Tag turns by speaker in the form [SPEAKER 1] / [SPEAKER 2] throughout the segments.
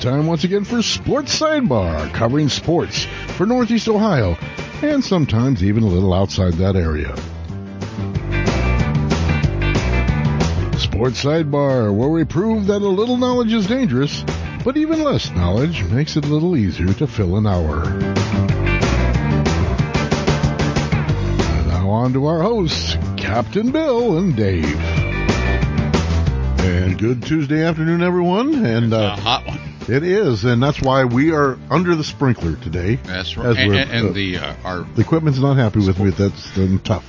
[SPEAKER 1] time once again for Sports Sidebar, covering sports for Northeast Ohio and sometimes even a little outside that area. Sports Sidebar, where we prove that a little knowledge is dangerous, but even less knowledge makes it a little easier to fill an hour. And now on to our hosts, Captain Bill and Dave.
[SPEAKER 2] And good Tuesday afternoon, everyone. And
[SPEAKER 3] A
[SPEAKER 2] uh,
[SPEAKER 3] hot one.
[SPEAKER 2] it is, and that's why we are under the sprinkler today.
[SPEAKER 3] That's
[SPEAKER 2] as
[SPEAKER 3] right. And,
[SPEAKER 2] we're-
[SPEAKER 3] and, and
[SPEAKER 2] uh,
[SPEAKER 3] the uh, our
[SPEAKER 2] the equipment's not happy with me. That's um, tough.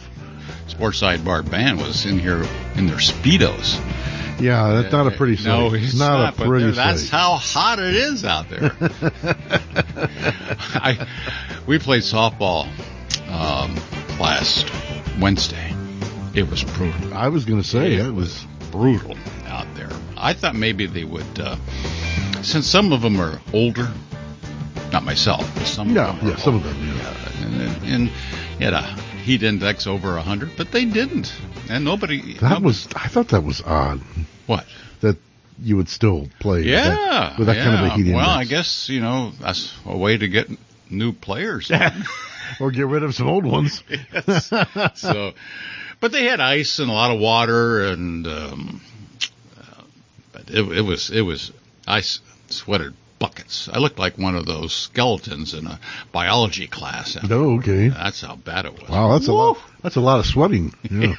[SPEAKER 3] sports sidebar band was in here in their speedos.
[SPEAKER 2] Yeah, that's not a pretty sight.
[SPEAKER 3] No, it's
[SPEAKER 2] not, a
[SPEAKER 3] but
[SPEAKER 2] pretty
[SPEAKER 3] there- That's
[SPEAKER 2] sight.
[SPEAKER 3] how hot it is out there. I, we played softball um, last Wednesday. It was brutal.
[SPEAKER 2] I was going to say
[SPEAKER 3] Yeah.
[SPEAKER 2] it was.
[SPEAKER 3] Brutal out there. I thought maybe they would, uh, since some of them are older. Not myself, but some
[SPEAKER 2] Yeah,
[SPEAKER 3] of them. are
[SPEAKER 2] yeah, some of
[SPEAKER 3] older.
[SPEAKER 2] them. Yeah.
[SPEAKER 3] Uh, and, and, and he had a heat index over 100, but they didn't. And nobody.
[SPEAKER 2] That
[SPEAKER 3] no-
[SPEAKER 2] was. I thought that was odd
[SPEAKER 3] What?
[SPEAKER 2] that you would still play. with that-
[SPEAKER 3] Yeah.
[SPEAKER 2] with that, kind of
[SPEAKER 3] yeah.
[SPEAKER 2] a heat
[SPEAKER 3] Well, I
[SPEAKER 2] index.
[SPEAKER 3] guess, you know, that's a way to get new players.
[SPEAKER 2] Or get rid of some old ones.
[SPEAKER 3] so, but they had ice and a lot of water, and um, uh, but it, it was it was I s- sweated buckets. I looked like one of those skeletons in a biology class.
[SPEAKER 2] no, okay.
[SPEAKER 3] That's how bad it was.
[SPEAKER 2] Wow, that's a lot. That's a lot of sweating. Yeah.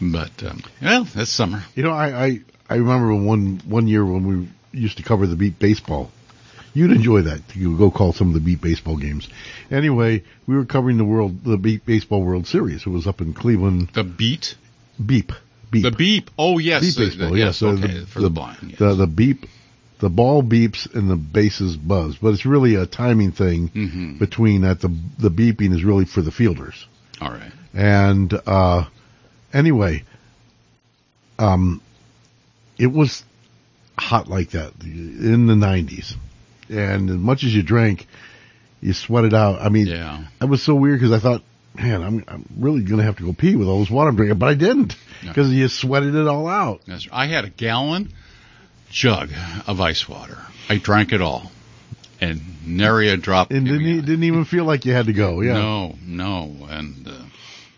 [SPEAKER 3] But um, well, that's summer.
[SPEAKER 2] You know, I, I I remember one one year when we used to cover the beat baseball. You'd enjoy that. You would go call some of the beat baseball games. Anyway, we were covering the world the beat baseball World Series. It was up in Cleveland.
[SPEAKER 3] The beat.
[SPEAKER 2] Beep, beep,
[SPEAKER 3] The beep. Oh yes,
[SPEAKER 2] beep
[SPEAKER 3] the- the-
[SPEAKER 2] baseball.
[SPEAKER 3] yes.
[SPEAKER 2] yeah, so
[SPEAKER 3] okay, for the, blind. yes.
[SPEAKER 2] the the beep, the ball beeps and the bases buzz. But it's really a timing thing
[SPEAKER 3] Mm-hmm.
[SPEAKER 2] between that. The the beeping is really for the fielders.
[SPEAKER 3] All right.
[SPEAKER 2] And uh, anyway, um, it was hot like that in the nineties, and as much as you drank, you sweated out. I mean,
[SPEAKER 3] Yeah.
[SPEAKER 2] I was so weird because I thought, man, I'm I'm really gonna have to go pee with all this water I'm drinking, but I didn't
[SPEAKER 3] Yeah.
[SPEAKER 2] because you sweated it all out.
[SPEAKER 3] That's, I had a gallon jug of ice water. I drank it all, and nary a drop.
[SPEAKER 2] And
[SPEAKER 3] came
[SPEAKER 2] didn't e-
[SPEAKER 3] out.
[SPEAKER 2] didn't even feel like you had to go. Yeah,
[SPEAKER 3] No, no, and uh,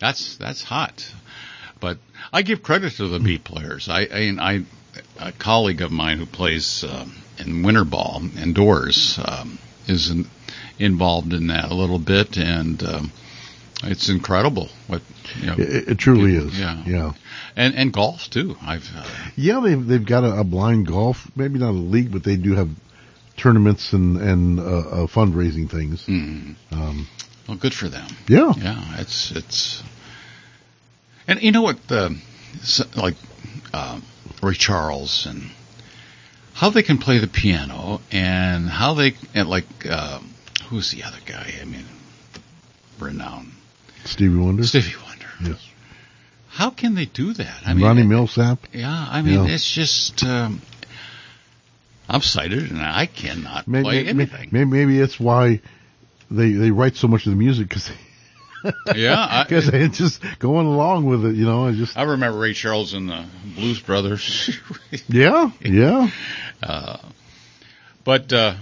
[SPEAKER 3] that's that's hot. But I give credit to the B players. I, I, and I a colleague of mine who plays um, in winter ball indoors um, is in, involved in that a little bit, and um, it's incredible what you know.
[SPEAKER 2] it, it truly is.
[SPEAKER 3] Yeah.
[SPEAKER 2] yeah.
[SPEAKER 3] and and golf too. I've uh,
[SPEAKER 2] Yeah, they've they've got a, a blind golf, maybe not a league, but they do have tournaments and and uh, uh, fundraising things.
[SPEAKER 3] well, good for them.
[SPEAKER 2] Yeah,
[SPEAKER 3] Hmm. Yeah, it's it's, and you know what, the, s- like um, Ray Charles and how they can play the piano and how they and like um, who's the other guy? I mean, renowned
[SPEAKER 2] Stevie Wonder,
[SPEAKER 3] Stevie Wonder.
[SPEAKER 2] Yes.
[SPEAKER 3] How can they do that? I
[SPEAKER 2] and
[SPEAKER 3] mean,
[SPEAKER 2] Ronnie Millsap.
[SPEAKER 3] yeah, I mean,
[SPEAKER 2] Yeah.
[SPEAKER 3] it's just um, I'm sighted and I cannot
[SPEAKER 2] May- may-
[SPEAKER 3] play
[SPEAKER 2] may-
[SPEAKER 3] anything.
[SPEAKER 2] may- maybe it's why they they write so much of the music because
[SPEAKER 3] yeah, I,
[SPEAKER 2] because they just going along with it, you know. and just
[SPEAKER 3] I remember Ray Charles and the Blues Brothers.
[SPEAKER 2] yeah, yeah.
[SPEAKER 3] But uh,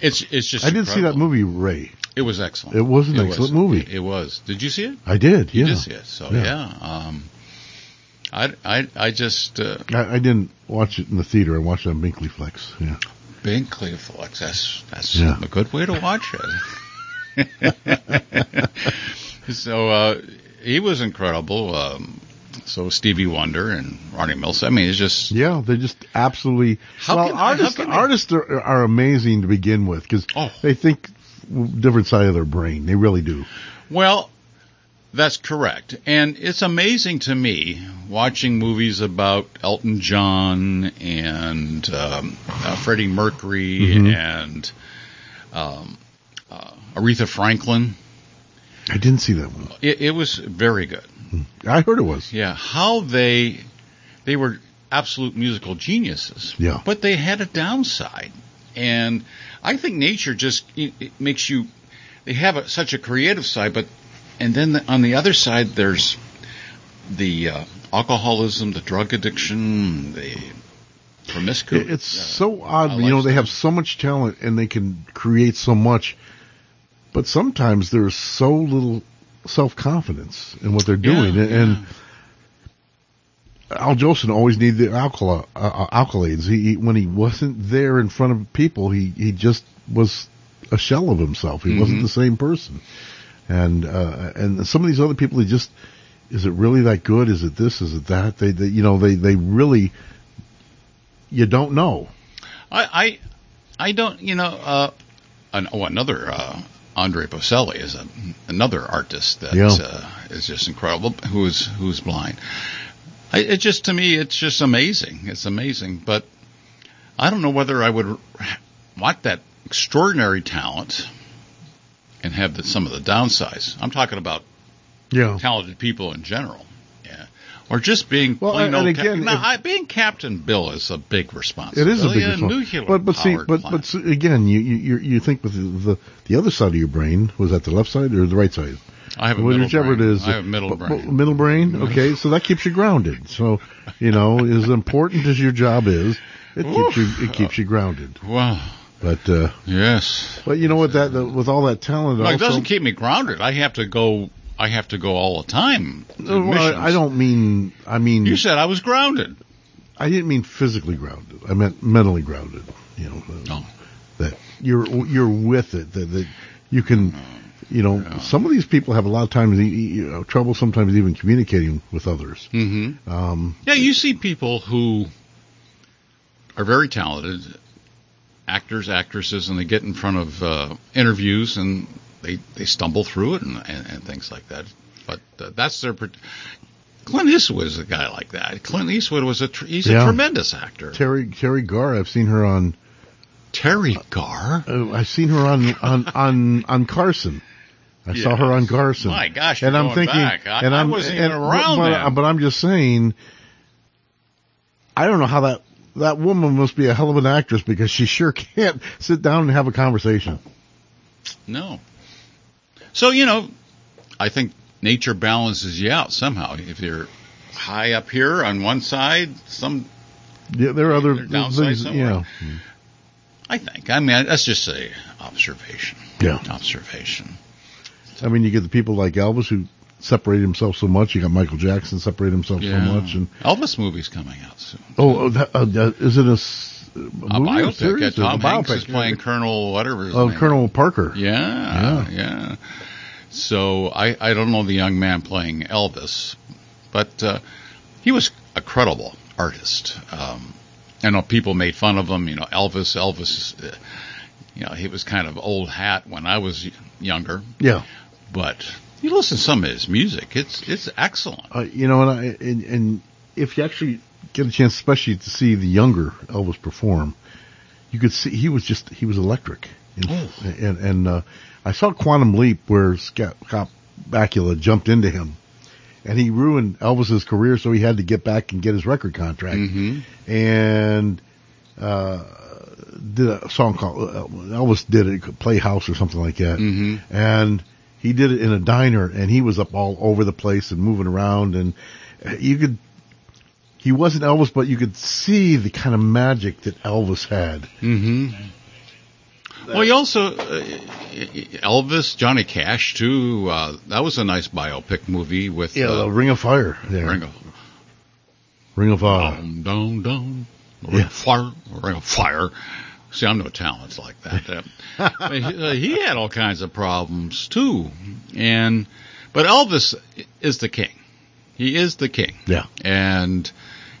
[SPEAKER 3] it's it's just.
[SPEAKER 2] I did see that
[SPEAKER 3] incredible.
[SPEAKER 2] movie Ray.
[SPEAKER 3] It was excellent.
[SPEAKER 2] It was an excellent movie.
[SPEAKER 3] It was. Did you see it?
[SPEAKER 2] I did.
[SPEAKER 3] You
[SPEAKER 2] yeah,
[SPEAKER 3] did see it. So yeah.
[SPEAKER 2] Yeah.
[SPEAKER 3] Um, I I I just uh,
[SPEAKER 2] I, I didn't watch it in the theater. I watched it on Binkley Flex. Yeah.
[SPEAKER 3] Binkley Flex. That's that's
[SPEAKER 2] Yeah.
[SPEAKER 3] a good way to watch it. so uh, he was incredible. Um, so Stevie Wonder and Ronnie Mills. I mean, it's just
[SPEAKER 2] Yeah, they're just absolutely.
[SPEAKER 3] How
[SPEAKER 2] well,
[SPEAKER 3] can- how
[SPEAKER 2] artists
[SPEAKER 3] can they-
[SPEAKER 2] artists are, are amazing to begin with because
[SPEAKER 3] Oh.
[SPEAKER 2] they think different side of their brain. They really do.
[SPEAKER 3] Well, that's correct. And it's amazing to me watching movies about Elton John and um, uh, Freddie Mercury and um, uh, Aretha Franklin.
[SPEAKER 2] I didn't see that one.
[SPEAKER 3] It, it was very good.
[SPEAKER 2] I heard it was.
[SPEAKER 3] Yeah, how they they were absolute musical geniuses.
[SPEAKER 2] Yeah.
[SPEAKER 3] but they had a downside, and I think nature just it, it makes you. They have a, such a creative side, but and then the, on the other side, there's the uh, alcoholism, the drug addiction, the Promiscuous.
[SPEAKER 2] It- It's so odd. you know, they have so much talent and they can create so much, but sometimes there's so little self confidence in what they're doing. and, and Al Jolson always needed the alcohol, uh, uh, accolades. He, he when he wasn't there in front of people, he he just was a shell of himself. He wasn't the same person. And uh, and some of these other people, they just is it really that good? Is it this? Is it that? They, they you know they they really you don't know.
[SPEAKER 3] I, I, I don't, you know, uh, an, oh, another uh, Andre Bocelli is a, another artist that
[SPEAKER 2] Yeah.
[SPEAKER 3] uh, is just incredible. Who's who's blind? I, it just to me, it's just amazing. It's amazing, but I don't know whether I would want that extraordinary talent and have the, some of the downsides. I'm talking about
[SPEAKER 2] Yeah.
[SPEAKER 3] talented people in general. Yeah. Or just being
[SPEAKER 2] Well,
[SPEAKER 3] plain
[SPEAKER 2] and-
[SPEAKER 3] old
[SPEAKER 2] and
[SPEAKER 3] cap-
[SPEAKER 2] again,
[SPEAKER 3] Now,
[SPEAKER 2] if-
[SPEAKER 3] I, being Captain Bill is a big
[SPEAKER 2] It
[SPEAKER 3] responsibility.
[SPEAKER 2] is a big
[SPEAKER 3] a
[SPEAKER 2] responsibility.
[SPEAKER 3] nuclear
[SPEAKER 2] But but see,
[SPEAKER 3] powered
[SPEAKER 2] but
[SPEAKER 3] plant.
[SPEAKER 2] but see, again, you you you- you think with the, the the other side of your brain was that the left side or the right side?
[SPEAKER 3] I have a
[SPEAKER 2] Well,
[SPEAKER 3] middle
[SPEAKER 2] whichever
[SPEAKER 3] brain.
[SPEAKER 2] it is,
[SPEAKER 3] I have a middle
[SPEAKER 2] but- but
[SPEAKER 3] brain.
[SPEAKER 2] middle brain. Okay, so that keeps you grounded. So you know, as important as your job is, it keeps you it keeps you grounded.
[SPEAKER 3] Wow.
[SPEAKER 2] But uh,
[SPEAKER 3] Yes.
[SPEAKER 2] but you know what that the, with all that talent,
[SPEAKER 3] Well, it
[SPEAKER 2] also,
[SPEAKER 3] doesn't keep me grounded. I have to go. I have to go all the time. to
[SPEAKER 2] No, well, I, I
[SPEAKER 3] missions.
[SPEAKER 2] don't mean I mean
[SPEAKER 3] You said I was grounded.
[SPEAKER 2] I didn't mean physically grounded. I meant mentally grounded. You know, uh,
[SPEAKER 3] No.
[SPEAKER 2] that you're you're with it. That, that you can, you know, some of these people have a lot of times e- e- you know, trouble sometimes even communicating with others.
[SPEAKER 3] Mm-hmm.
[SPEAKER 2] Um,
[SPEAKER 3] Yeah, you see people who are very talented actors, actresses, and they get in front of uh, interviews and they, they stumble through it and, and, and things like that. But uh, that's their. pro- Clint Eastwood is a guy like that. Clint Eastwood was a tr- he's
[SPEAKER 2] Yeah.
[SPEAKER 3] a tremendous actor.
[SPEAKER 2] Terry Terry Gar, I've seen her on.
[SPEAKER 3] Terry Garr.
[SPEAKER 2] Uh, I've seen her on on on on Carson. I saw her on
[SPEAKER 3] Yes.
[SPEAKER 2] Carson.
[SPEAKER 3] My gosh,
[SPEAKER 2] and
[SPEAKER 3] you're
[SPEAKER 2] I'm
[SPEAKER 3] going
[SPEAKER 2] thinking,
[SPEAKER 3] back. I-
[SPEAKER 2] and
[SPEAKER 3] I
[SPEAKER 2] I'm
[SPEAKER 3] wasn't
[SPEAKER 2] and-
[SPEAKER 3] even around
[SPEAKER 2] but,
[SPEAKER 3] then.
[SPEAKER 2] but, but I'm just saying, I don't know how that that woman must be a hell of an actress because she sure can't sit down and have a conversation.
[SPEAKER 3] No. So you know, I think nature balances you out somehow. If you're high up here on one side, some
[SPEAKER 2] Yeah, there are other
[SPEAKER 3] Their downside
[SPEAKER 2] things. Yeah,
[SPEAKER 3] somewhere. I think. I mean, that's just a observation.
[SPEAKER 2] yeah.
[SPEAKER 3] Observation.
[SPEAKER 2] I mean, you get the people like Elvis who separated himself so much. You got Michael Jackson separated himself so much, and
[SPEAKER 3] Elvis movie's coming out soon.
[SPEAKER 2] oh, oh that, uh, that, is it a, s- a
[SPEAKER 3] A
[SPEAKER 2] movie or
[SPEAKER 3] biopic.
[SPEAKER 2] series?
[SPEAKER 3] Yeah,
[SPEAKER 2] It's a
[SPEAKER 3] Tom Hanks
[SPEAKER 2] biopic,
[SPEAKER 3] is playing
[SPEAKER 2] yeah.
[SPEAKER 3] Colonel whatever. his
[SPEAKER 2] Oh,
[SPEAKER 3] name
[SPEAKER 2] Colonel Parker.
[SPEAKER 3] is. Yeah, yeah. So I I don't know the young man playing Elvis, but uh, he was a credible artist. Um, I know people made fun of him. You know, Elvis, Elvis. Uh, you know, he was kind of old hat when I was y- younger,
[SPEAKER 2] Yeah.
[SPEAKER 3] but. You listen to some of his music; it's it's excellent.
[SPEAKER 2] Uh, you know, and, I, and and if you actually get a chance, especially to see the younger Elvis perform, you could see he was just he was electric. And
[SPEAKER 3] Oh.
[SPEAKER 2] and, and uh, I saw Quantum Leap where Scott, Scott Bakula jumped into him, and he ruined Elvis's career, so he had to get back and get his record contract. And uh, did a song called Elvis did it Playhouse or something like that,
[SPEAKER 3] Mhm.
[SPEAKER 2] and he did it in a diner, and he was up all over the place and moving around, and you could he wasn't Elvis, but you could see the kind of magic that Elvis had.
[SPEAKER 3] hmm Well, he also uh, Elvis, Johnny Cash too. Uh, that was a nice biopic movie with
[SPEAKER 2] Yeah,
[SPEAKER 3] uh,
[SPEAKER 2] the Ring of Fire. There.
[SPEAKER 3] Ringo.
[SPEAKER 2] Ring of Fire.
[SPEAKER 3] Down, down, down. Ring
[SPEAKER 2] Yeah.
[SPEAKER 3] of fire, ring of fire. See, I'm no talents like that. Uh, he, uh, he had all kinds of problems too, and but Elvis is the king. He is the king.
[SPEAKER 2] yeah.
[SPEAKER 3] and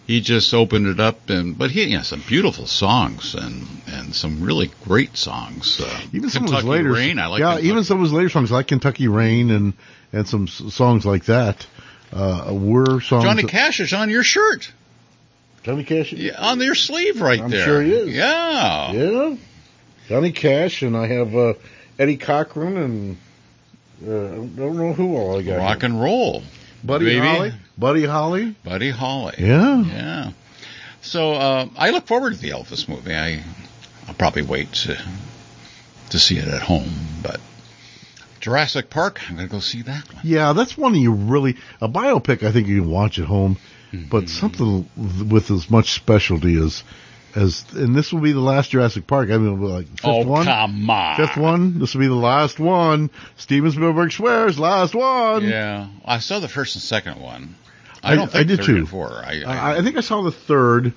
[SPEAKER 3] he just opened it up and but he has some beautiful songs and and some really great songs uh,
[SPEAKER 2] Even some of
[SPEAKER 3] Kentucky
[SPEAKER 2] his later,
[SPEAKER 3] rain i like
[SPEAKER 2] yeah,
[SPEAKER 3] Kentucky-
[SPEAKER 2] even some of his later songs like Kentucky Rain and and some s- songs like that uh, were songs.
[SPEAKER 3] johnny
[SPEAKER 2] that-
[SPEAKER 3] cash is on your shirt
[SPEAKER 2] Johnny Cash.
[SPEAKER 3] yeah, on your sleeve right
[SPEAKER 2] I'm
[SPEAKER 3] there
[SPEAKER 2] sure he is.
[SPEAKER 3] yeah
[SPEAKER 2] Yeah, Johnny Cash, and I have uh, Eddie Cochran, and uh, I don't know who all I got.
[SPEAKER 3] rock and roll
[SPEAKER 2] Buddy
[SPEAKER 3] baby.
[SPEAKER 2] Holly. Buddy Holly.
[SPEAKER 3] buddy holly
[SPEAKER 2] Yeah.
[SPEAKER 3] yeah so uh, i look forward to the elvis movie i i'll probably wait to, to see it at home but jurassic park i'm gonna go see that one
[SPEAKER 2] Yeah, that's one you really a
[SPEAKER 3] Hmm.
[SPEAKER 2] biopic. I think you can watch at home, but something with as much specialty as As and this will be the last Jurassic Park. I mean, it'll be like fifth
[SPEAKER 3] Oh,
[SPEAKER 2] one.
[SPEAKER 3] come on.
[SPEAKER 2] Fifth one. This will be the last one. Steven Spielberg swears, last one.
[SPEAKER 3] Yeah, I saw the first and second one. I
[SPEAKER 2] I-
[SPEAKER 3] don't think
[SPEAKER 2] I did
[SPEAKER 3] third
[SPEAKER 2] too.
[SPEAKER 3] and four. I,
[SPEAKER 2] I, I think I saw the third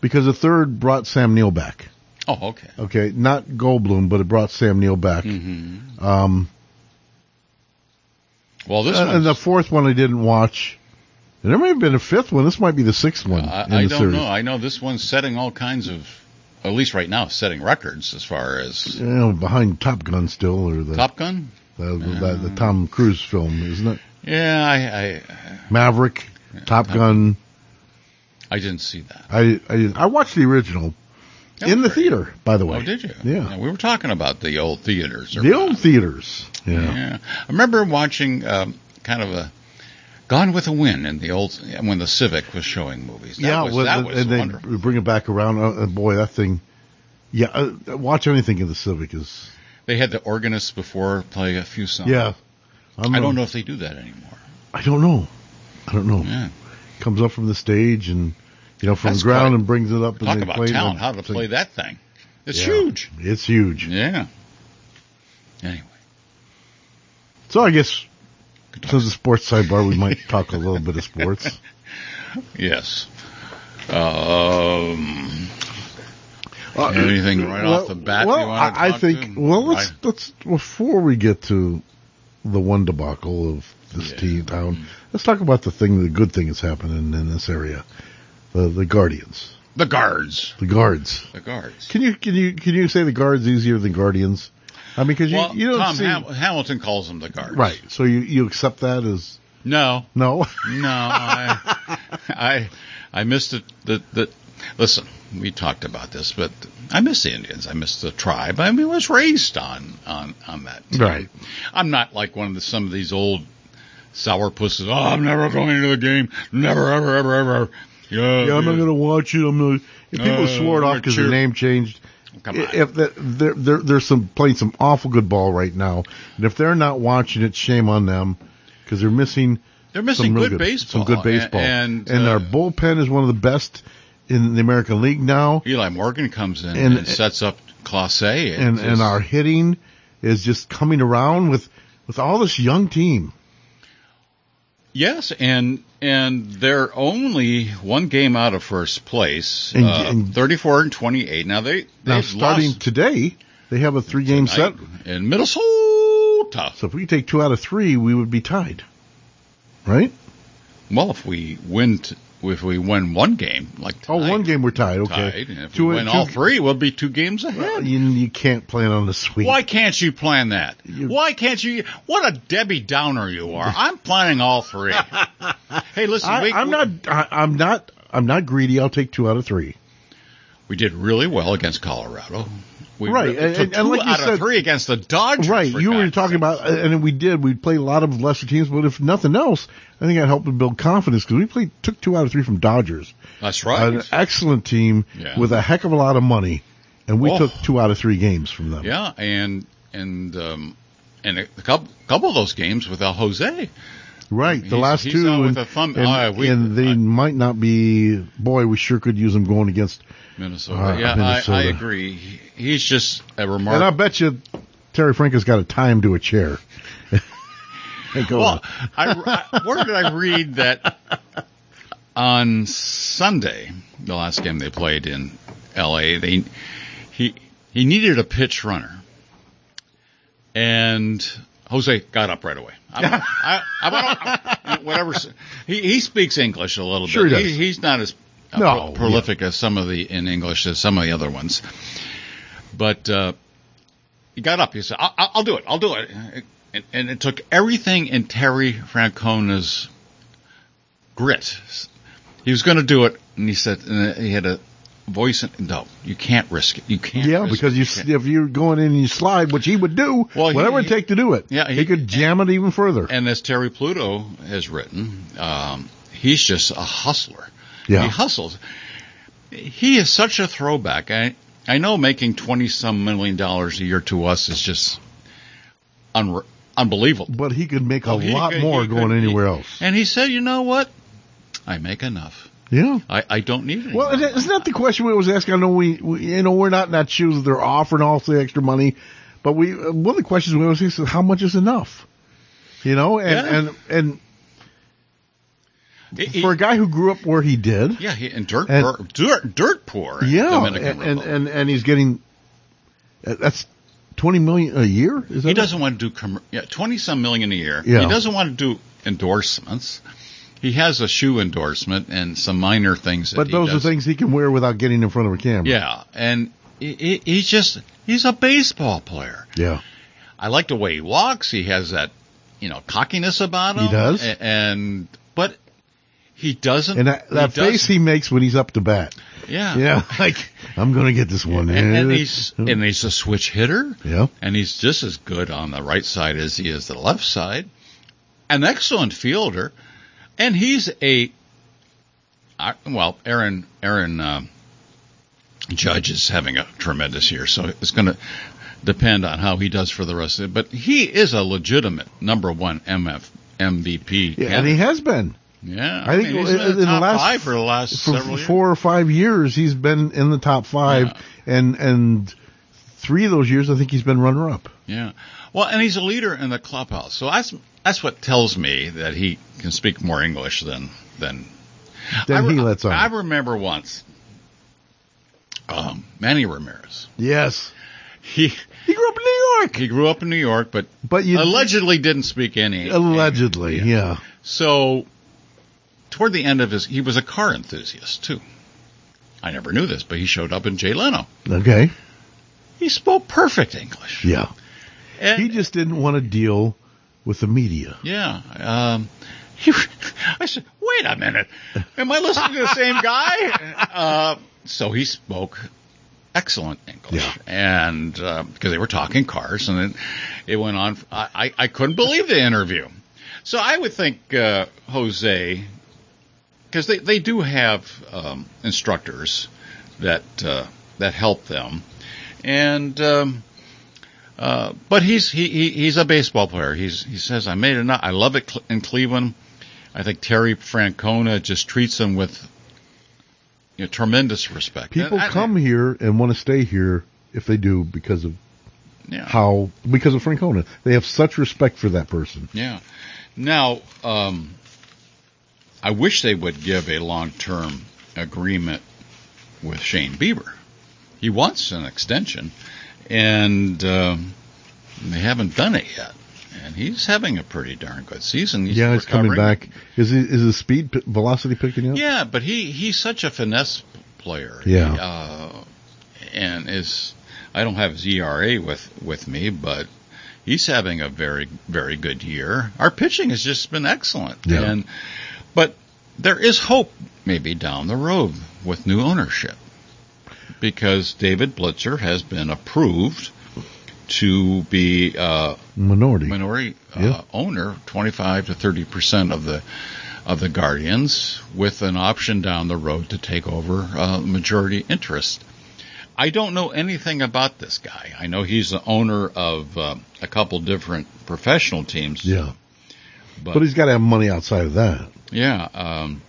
[SPEAKER 2] because the third brought Sam Neill back.
[SPEAKER 3] Oh, okay.
[SPEAKER 2] Okay, not Goldblum, but it brought Sam Neill back.
[SPEAKER 3] Mm-hmm.
[SPEAKER 2] Um,
[SPEAKER 3] Well, this
[SPEAKER 2] Uh, and
[SPEAKER 3] one.
[SPEAKER 2] the fourth one I didn't watch. There may have been a fifth one. This might be the sixth one
[SPEAKER 3] I,
[SPEAKER 2] in
[SPEAKER 3] I
[SPEAKER 2] the
[SPEAKER 3] don't
[SPEAKER 2] series.
[SPEAKER 3] know. I know this one's setting all kinds of, at least right now, setting records as far as
[SPEAKER 2] You know, behind Top Gun still, or the
[SPEAKER 3] Top Mm-hmm. Gun.
[SPEAKER 2] the, the, the, the Tom Cruise film, isn't it?
[SPEAKER 3] Yeah, I
[SPEAKER 2] Maverick, Top Gun.
[SPEAKER 3] I, I didn't see that.
[SPEAKER 2] I, I I watched the original
[SPEAKER 3] That
[SPEAKER 2] in
[SPEAKER 3] was
[SPEAKER 2] the
[SPEAKER 3] pretty-
[SPEAKER 2] theater, by the way.
[SPEAKER 3] Oh, did you?
[SPEAKER 2] Yeah.
[SPEAKER 3] we were talking about the old theaters.
[SPEAKER 2] The old theaters. Yeah.
[SPEAKER 3] Yeah, I remember watching um, kind of a Gone with the Wind in the old when the Civic was showing movies. That
[SPEAKER 2] yeah,
[SPEAKER 3] was,
[SPEAKER 2] well,
[SPEAKER 3] that
[SPEAKER 2] and-
[SPEAKER 3] was
[SPEAKER 2] and then
[SPEAKER 3] wonderful.
[SPEAKER 2] bring it back around. Uh, uh, boy, that thing. Yeah, uh, watch anything in the Civic is.
[SPEAKER 3] They had the organist before play a few songs.
[SPEAKER 2] Yeah, I'm,
[SPEAKER 3] Uh-huh. I don't
[SPEAKER 2] uh,
[SPEAKER 3] know if they do that anymore.
[SPEAKER 2] I don't know. I don't know.
[SPEAKER 3] Yeah.
[SPEAKER 2] Comes up from the stage and you know from
[SPEAKER 3] That's
[SPEAKER 2] the ground
[SPEAKER 3] quite-
[SPEAKER 2] and brings it up.
[SPEAKER 3] Talk
[SPEAKER 2] and they
[SPEAKER 3] about
[SPEAKER 2] play it
[SPEAKER 3] talent,
[SPEAKER 2] and
[SPEAKER 3] how to
[SPEAKER 2] sing.
[SPEAKER 3] play that thing. It's
[SPEAKER 2] Yeah.
[SPEAKER 3] huge.
[SPEAKER 2] It's huge.
[SPEAKER 3] Yeah. Anyway,
[SPEAKER 2] So I guess since the sports sidebar, we might talk a little bit of sports.
[SPEAKER 3] yes. Um,
[SPEAKER 2] Uh,
[SPEAKER 3] anything right
[SPEAKER 2] well,
[SPEAKER 3] off the bat
[SPEAKER 2] well,
[SPEAKER 3] you want to
[SPEAKER 2] I, I
[SPEAKER 3] talk
[SPEAKER 2] think.
[SPEAKER 3] to?
[SPEAKER 2] Well, let's
[SPEAKER 3] I-
[SPEAKER 2] let's before we get to the one debacle of this
[SPEAKER 3] Yeah.
[SPEAKER 2] team town, let's talk about the thing, the good thing that's happening in this area, the the guardians,
[SPEAKER 3] the guards.
[SPEAKER 2] the guards.
[SPEAKER 3] The guards.
[SPEAKER 2] Can you can you can you say the guards easier than guardians? I mean, because you
[SPEAKER 3] well,
[SPEAKER 2] you don't
[SPEAKER 3] Tom
[SPEAKER 2] see
[SPEAKER 3] Ham- Hamilton calls them the guards.
[SPEAKER 2] right, so you you accept that as
[SPEAKER 3] No,
[SPEAKER 2] no.
[SPEAKER 3] No, I, I, I missed it. The, the, listen, we talked about this, but I miss the Indians. I miss the tribe. I mean, I was raised on on on that.
[SPEAKER 2] Right.
[SPEAKER 3] I'm not like one of the, some of these old sourpusses. Oh, I'm never going to the game. Never, ever, ever, ever. Yeah,
[SPEAKER 2] Yeah, I'm not gonna watch it. I'm not. If people
[SPEAKER 3] Uh,
[SPEAKER 2] swore it off
[SPEAKER 3] we're
[SPEAKER 2] because their
[SPEAKER 3] cheer-
[SPEAKER 2] name changed.
[SPEAKER 3] Oh, Come on.
[SPEAKER 2] If that, they're, they're, they're some playing some awful good ball right now, and if they're not watching it, shame on them because they're missing
[SPEAKER 3] They're missing
[SPEAKER 2] some real
[SPEAKER 3] good, baseball.
[SPEAKER 2] Some good
[SPEAKER 3] A-
[SPEAKER 2] baseball,
[SPEAKER 3] and
[SPEAKER 2] and
[SPEAKER 3] uh,
[SPEAKER 2] our bullpen is one of the best in the American League now,
[SPEAKER 3] Eli Morgan comes in and,
[SPEAKER 2] and-
[SPEAKER 3] sets up Class A,
[SPEAKER 2] and and our hitting is just coming around with with all this young team.
[SPEAKER 3] Yes, and and they're only one game out of first place,
[SPEAKER 2] And-
[SPEAKER 3] uh,
[SPEAKER 2] and-
[SPEAKER 3] 34 and 28. Now they
[SPEAKER 2] Now
[SPEAKER 3] they've
[SPEAKER 2] starting
[SPEAKER 3] lost
[SPEAKER 2] today, they have a three game set.
[SPEAKER 3] tonight in Minnesota.
[SPEAKER 2] So if we take two out of three, we would be tied, right?
[SPEAKER 3] Well, if we win t- if we win one game, like
[SPEAKER 2] Oh,
[SPEAKER 3] tonight,
[SPEAKER 2] one game we're tied.
[SPEAKER 3] tied,
[SPEAKER 2] Okay,
[SPEAKER 3] and if
[SPEAKER 2] Two-
[SPEAKER 3] we win all
[SPEAKER 2] two-
[SPEAKER 3] three, we'll be two games
[SPEAKER 2] Well,
[SPEAKER 3] ahead.
[SPEAKER 2] you, you can't plan on the sweep.
[SPEAKER 3] Why can't you plan that?
[SPEAKER 2] You-
[SPEAKER 3] Why can't you? What a Debbie Downer you are! I'm planning all three. hey, listen,
[SPEAKER 2] I,
[SPEAKER 3] we,
[SPEAKER 2] I'm not. I, I'm not. I'm not greedy. I'll take two out of three.
[SPEAKER 3] We did really well against Colorado. We
[SPEAKER 2] Right,
[SPEAKER 3] really
[SPEAKER 2] and-
[SPEAKER 3] took
[SPEAKER 2] and- and
[SPEAKER 3] two
[SPEAKER 2] like you
[SPEAKER 3] out of
[SPEAKER 2] said-
[SPEAKER 3] three against the Dodgers.
[SPEAKER 2] Right.
[SPEAKER 3] for
[SPEAKER 2] You were
[SPEAKER 3] God's
[SPEAKER 2] talking
[SPEAKER 3] sake.
[SPEAKER 2] about, and we did. We played a lot of lesser teams, but if nothing else, I think that helped to build confidence because we played took two out of three from Dodgers,
[SPEAKER 3] That's right.
[SPEAKER 2] an excellent team
[SPEAKER 3] Yeah.
[SPEAKER 2] with a heck of a lot of money, and we
[SPEAKER 3] Oh.
[SPEAKER 2] took two out of three games from them.
[SPEAKER 3] yeah, and and um, and a couple, couple of those games without Jose.
[SPEAKER 2] Right. The
[SPEAKER 3] He's-
[SPEAKER 2] last
[SPEAKER 3] he's
[SPEAKER 2] two,
[SPEAKER 3] out with
[SPEAKER 2] and,
[SPEAKER 3] a thumb-
[SPEAKER 2] and,
[SPEAKER 3] Ah, we-
[SPEAKER 2] and they
[SPEAKER 3] I-
[SPEAKER 2] might not be. Boy, we sure could use them going against.
[SPEAKER 3] Minnesota.
[SPEAKER 2] Uh,
[SPEAKER 3] yeah, I, I
[SPEAKER 2] Minnesota.
[SPEAKER 3] agree. He- He's just a
[SPEAKER 2] And I
[SPEAKER 3] remarkable.
[SPEAKER 2] bet you Terry Frank has got a time to a chair. Hey, go
[SPEAKER 3] Well,
[SPEAKER 2] on.
[SPEAKER 3] I, I, where did I read that on Sunday, the last game they played in L.A. They he he needed a pitch runner, and Jose got up right away. I, I, I, I, whatever he, he speaks English a little
[SPEAKER 2] Sure he
[SPEAKER 3] bit.
[SPEAKER 2] does.
[SPEAKER 3] he's not as uh,
[SPEAKER 2] No,
[SPEAKER 3] pro- prolific as some of the in English as some of the other ones, but uh, he got up. He said, I, I, "I'll do it. I'll do it." And, and it took everything in Terry Francona's grit. He was going to do it, and he said, and he had a voice. In, no, you can't risk it. You can't.
[SPEAKER 2] Yeah,
[SPEAKER 3] risk
[SPEAKER 2] because
[SPEAKER 3] it.
[SPEAKER 2] you
[SPEAKER 3] can't."
[SPEAKER 2] if you're going in and you slide, which he would do,
[SPEAKER 3] Well, he-
[SPEAKER 2] whatever
[SPEAKER 3] he-
[SPEAKER 2] it take to do it,
[SPEAKER 3] Yeah,
[SPEAKER 2] he,
[SPEAKER 3] he-
[SPEAKER 2] could jam it even further.
[SPEAKER 3] and as Terry Pluto has written, um, he's just a hustler.
[SPEAKER 2] Yeah.
[SPEAKER 3] He hustles. He is such a throwback. I I know making twenty some million dollars a year to us is just unre- unbelievable.
[SPEAKER 2] but he could make a
[SPEAKER 3] Well, he
[SPEAKER 2] lot
[SPEAKER 3] could-
[SPEAKER 2] more
[SPEAKER 3] he
[SPEAKER 2] going
[SPEAKER 3] could-
[SPEAKER 2] anywhere else.
[SPEAKER 3] And he said, "You know what? I make enough.
[SPEAKER 2] Yeah.
[SPEAKER 3] I, I don't need it.
[SPEAKER 2] Well, is not that the question we always ask? I know we, we you know, we're not in that shoes. They're offering all the extra money, but we uh, one of the questions we always ask is how much is enough? You know, and
[SPEAKER 3] Yeah.
[SPEAKER 2] and and
[SPEAKER 3] It- it-
[SPEAKER 2] for a guy who grew up where he did,
[SPEAKER 3] yeah, he- and dirt,
[SPEAKER 2] and-
[SPEAKER 3] poor, dirt, dirt poor. in
[SPEAKER 2] yeah, and
[SPEAKER 3] Dominican
[SPEAKER 2] and,
[SPEAKER 3] Republic.
[SPEAKER 2] and and he's getting uh, that's twenty million a year. Is that
[SPEAKER 3] he
[SPEAKER 2] it?
[SPEAKER 3] doesn't want to do com- yeah, 20 some million a year.
[SPEAKER 2] Yeah.
[SPEAKER 3] He doesn't want to do endorsements. He has a shoe endorsement and some minor things. That
[SPEAKER 2] But
[SPEAKER 3] he
[SPEAKER 2] those
[SPEAKER 3] does.
[SPEAKER 2] are things he can wear without getting in front of a camera.
[SPEAKER 3] Yeah, and he, he, he's just he's a baseball player.
[SPEAKER 2] yeah.
[SPEAKER 3] I like the way he walks. He has that you know cockiness about him.
[SPEAKER 2] He does.
[SPEAKER 3] A- and but he doesn't.
[SPEAKER 2] And that, that
[SPEAKER 3] he
[SPEAKER 2] face he makes when he's up to bat.
[SPEAKER 3] doesn't- yeah,
[SPEAKER 2] Yeah, like I'm gonna get this one.
[SPEAKER 3] And, and he's and he's a switch hitter.
[SPEAKER 2] yeah.
[SPEAKER 3] and he's just as good on the right side as he is the left side. An excellent fielder, and he's a I- well, Aaron Aaron uh, Judge is having a tremendous year, so it's going to depend on how he does for the rest of it. But he is a legitimate number one MF MVP.
[SPEAKER 2] Yeah, and he has been
[SPEAKER 3] yeah.
[SPEAKER 2] I think
[SPEAKER 3] he's been
[SPEAKER 2] in
[SPEAKER 3] in
[SPEAKER 2] the
[SPEAKER 3] the top
[SPEAKER 2] last-
[SPEAKER 3] five for the last
[SPEAKER 2] for
[SPEAKER 3] several years.
[SPEAKER 2] four or five years. He's been in the top five, and and three of those years, I think he's been runner up.
[SPEAKER 3] Yeah. Well, and he's a leader in the clubhouse. So that's that's what tells me that he can speak more English than than
[SPEAKER 2] Then
[SPEAKER 3] I re-
[SPEAKER 2] he lets on.
[SPEAKER 3] I remember once um, Manny Ramirez.
[SPEAKER 2] yes,
[SPEAKER 3] He
[SPEAKER 2] he grew up in New York,
[SPEAKER 3] he grew up in New York but
[SPEAKER 2] but you
[SPEAKER 3] allegedly didn't speak any.
[SPEAKER 2] allegedly, yeah.
[SPEAKER 3] So toward the end of his he was a car enthusiast too. I never knew this, but he showed up in Jay Leno.
[SPEAKER 2] Okay,
[SPEAKER 3] He spoke perfect English.
[SPEAKER 2] yeah.
[SPEAKER 3] And-
[SPEAKER 2] He just didn't want to deal with the media.
[SPEAKER 3] Yeah. Um, he, I said, wait a minute. Am I listening to the same guy? Uh, so he spoke excellent English. And uh, because they were talking cars, and then it went on. I, I, I couldn't believe the interview. So I would think uh, Jose, because they, they do have um, instructors that uh, that help them, and um, uh, but he's he, he he's a baseball player. He's he says I made it. I love it Cle- in Cleveland. I think Terry Francona just treats him with you know, tremendous respect.
[SPEAKER 2] People
[SPEAKER 3] And I-
[SPEAKER 2] come here and want to stay here if they do because of
[SPEAKER 3] yeah.
[SPEAKER 2] how because of Francona. They have such respect for that person.
[SPEAKER 3] Yeah. Now, um, I wish they would give a long-term agreement with Shane Bieber. He wants an extension, and um, they haven't done it yet. And he's having a pretty darn good season. He's
[SPEAKER 2] yeah, he's coming
[SPEAKER 3] recovering.
[SPEAKER 2] back. Is he, is his speed p- velocity picking up?
[SPEAKER 3] Yeah, but he he's such a finesse player.
[SPEAKER 2] Yeah.
[SPEAKER 3] uh, and is I don't have his ERA with with me, but he's having a very very good year. Our pitching has just been excellent.
[SPEAKER 2] Yeah.
[SPEAKER 3] And but there is hope maybe down the road with new ownership because David Blitzer has been approved to be uh,
[SPEAKER 2] Minority.
[SPEAKER 3] minority uh,
[SPEAKER 2] Yeah.
[SPEAKER 3] owner, 25 to 30 percent of the of the guardians, with an option down the road to take over uh, majority interest. I don't know anything about this guy. I know he's the owner of uh, a couple different professional teams.
[SPEAKER 2] Yeah.
[SPEAKER 3] but,
[SPEAKER 2] But he's got to have money outside of that.
[SPEAKER 3] yeah. Um,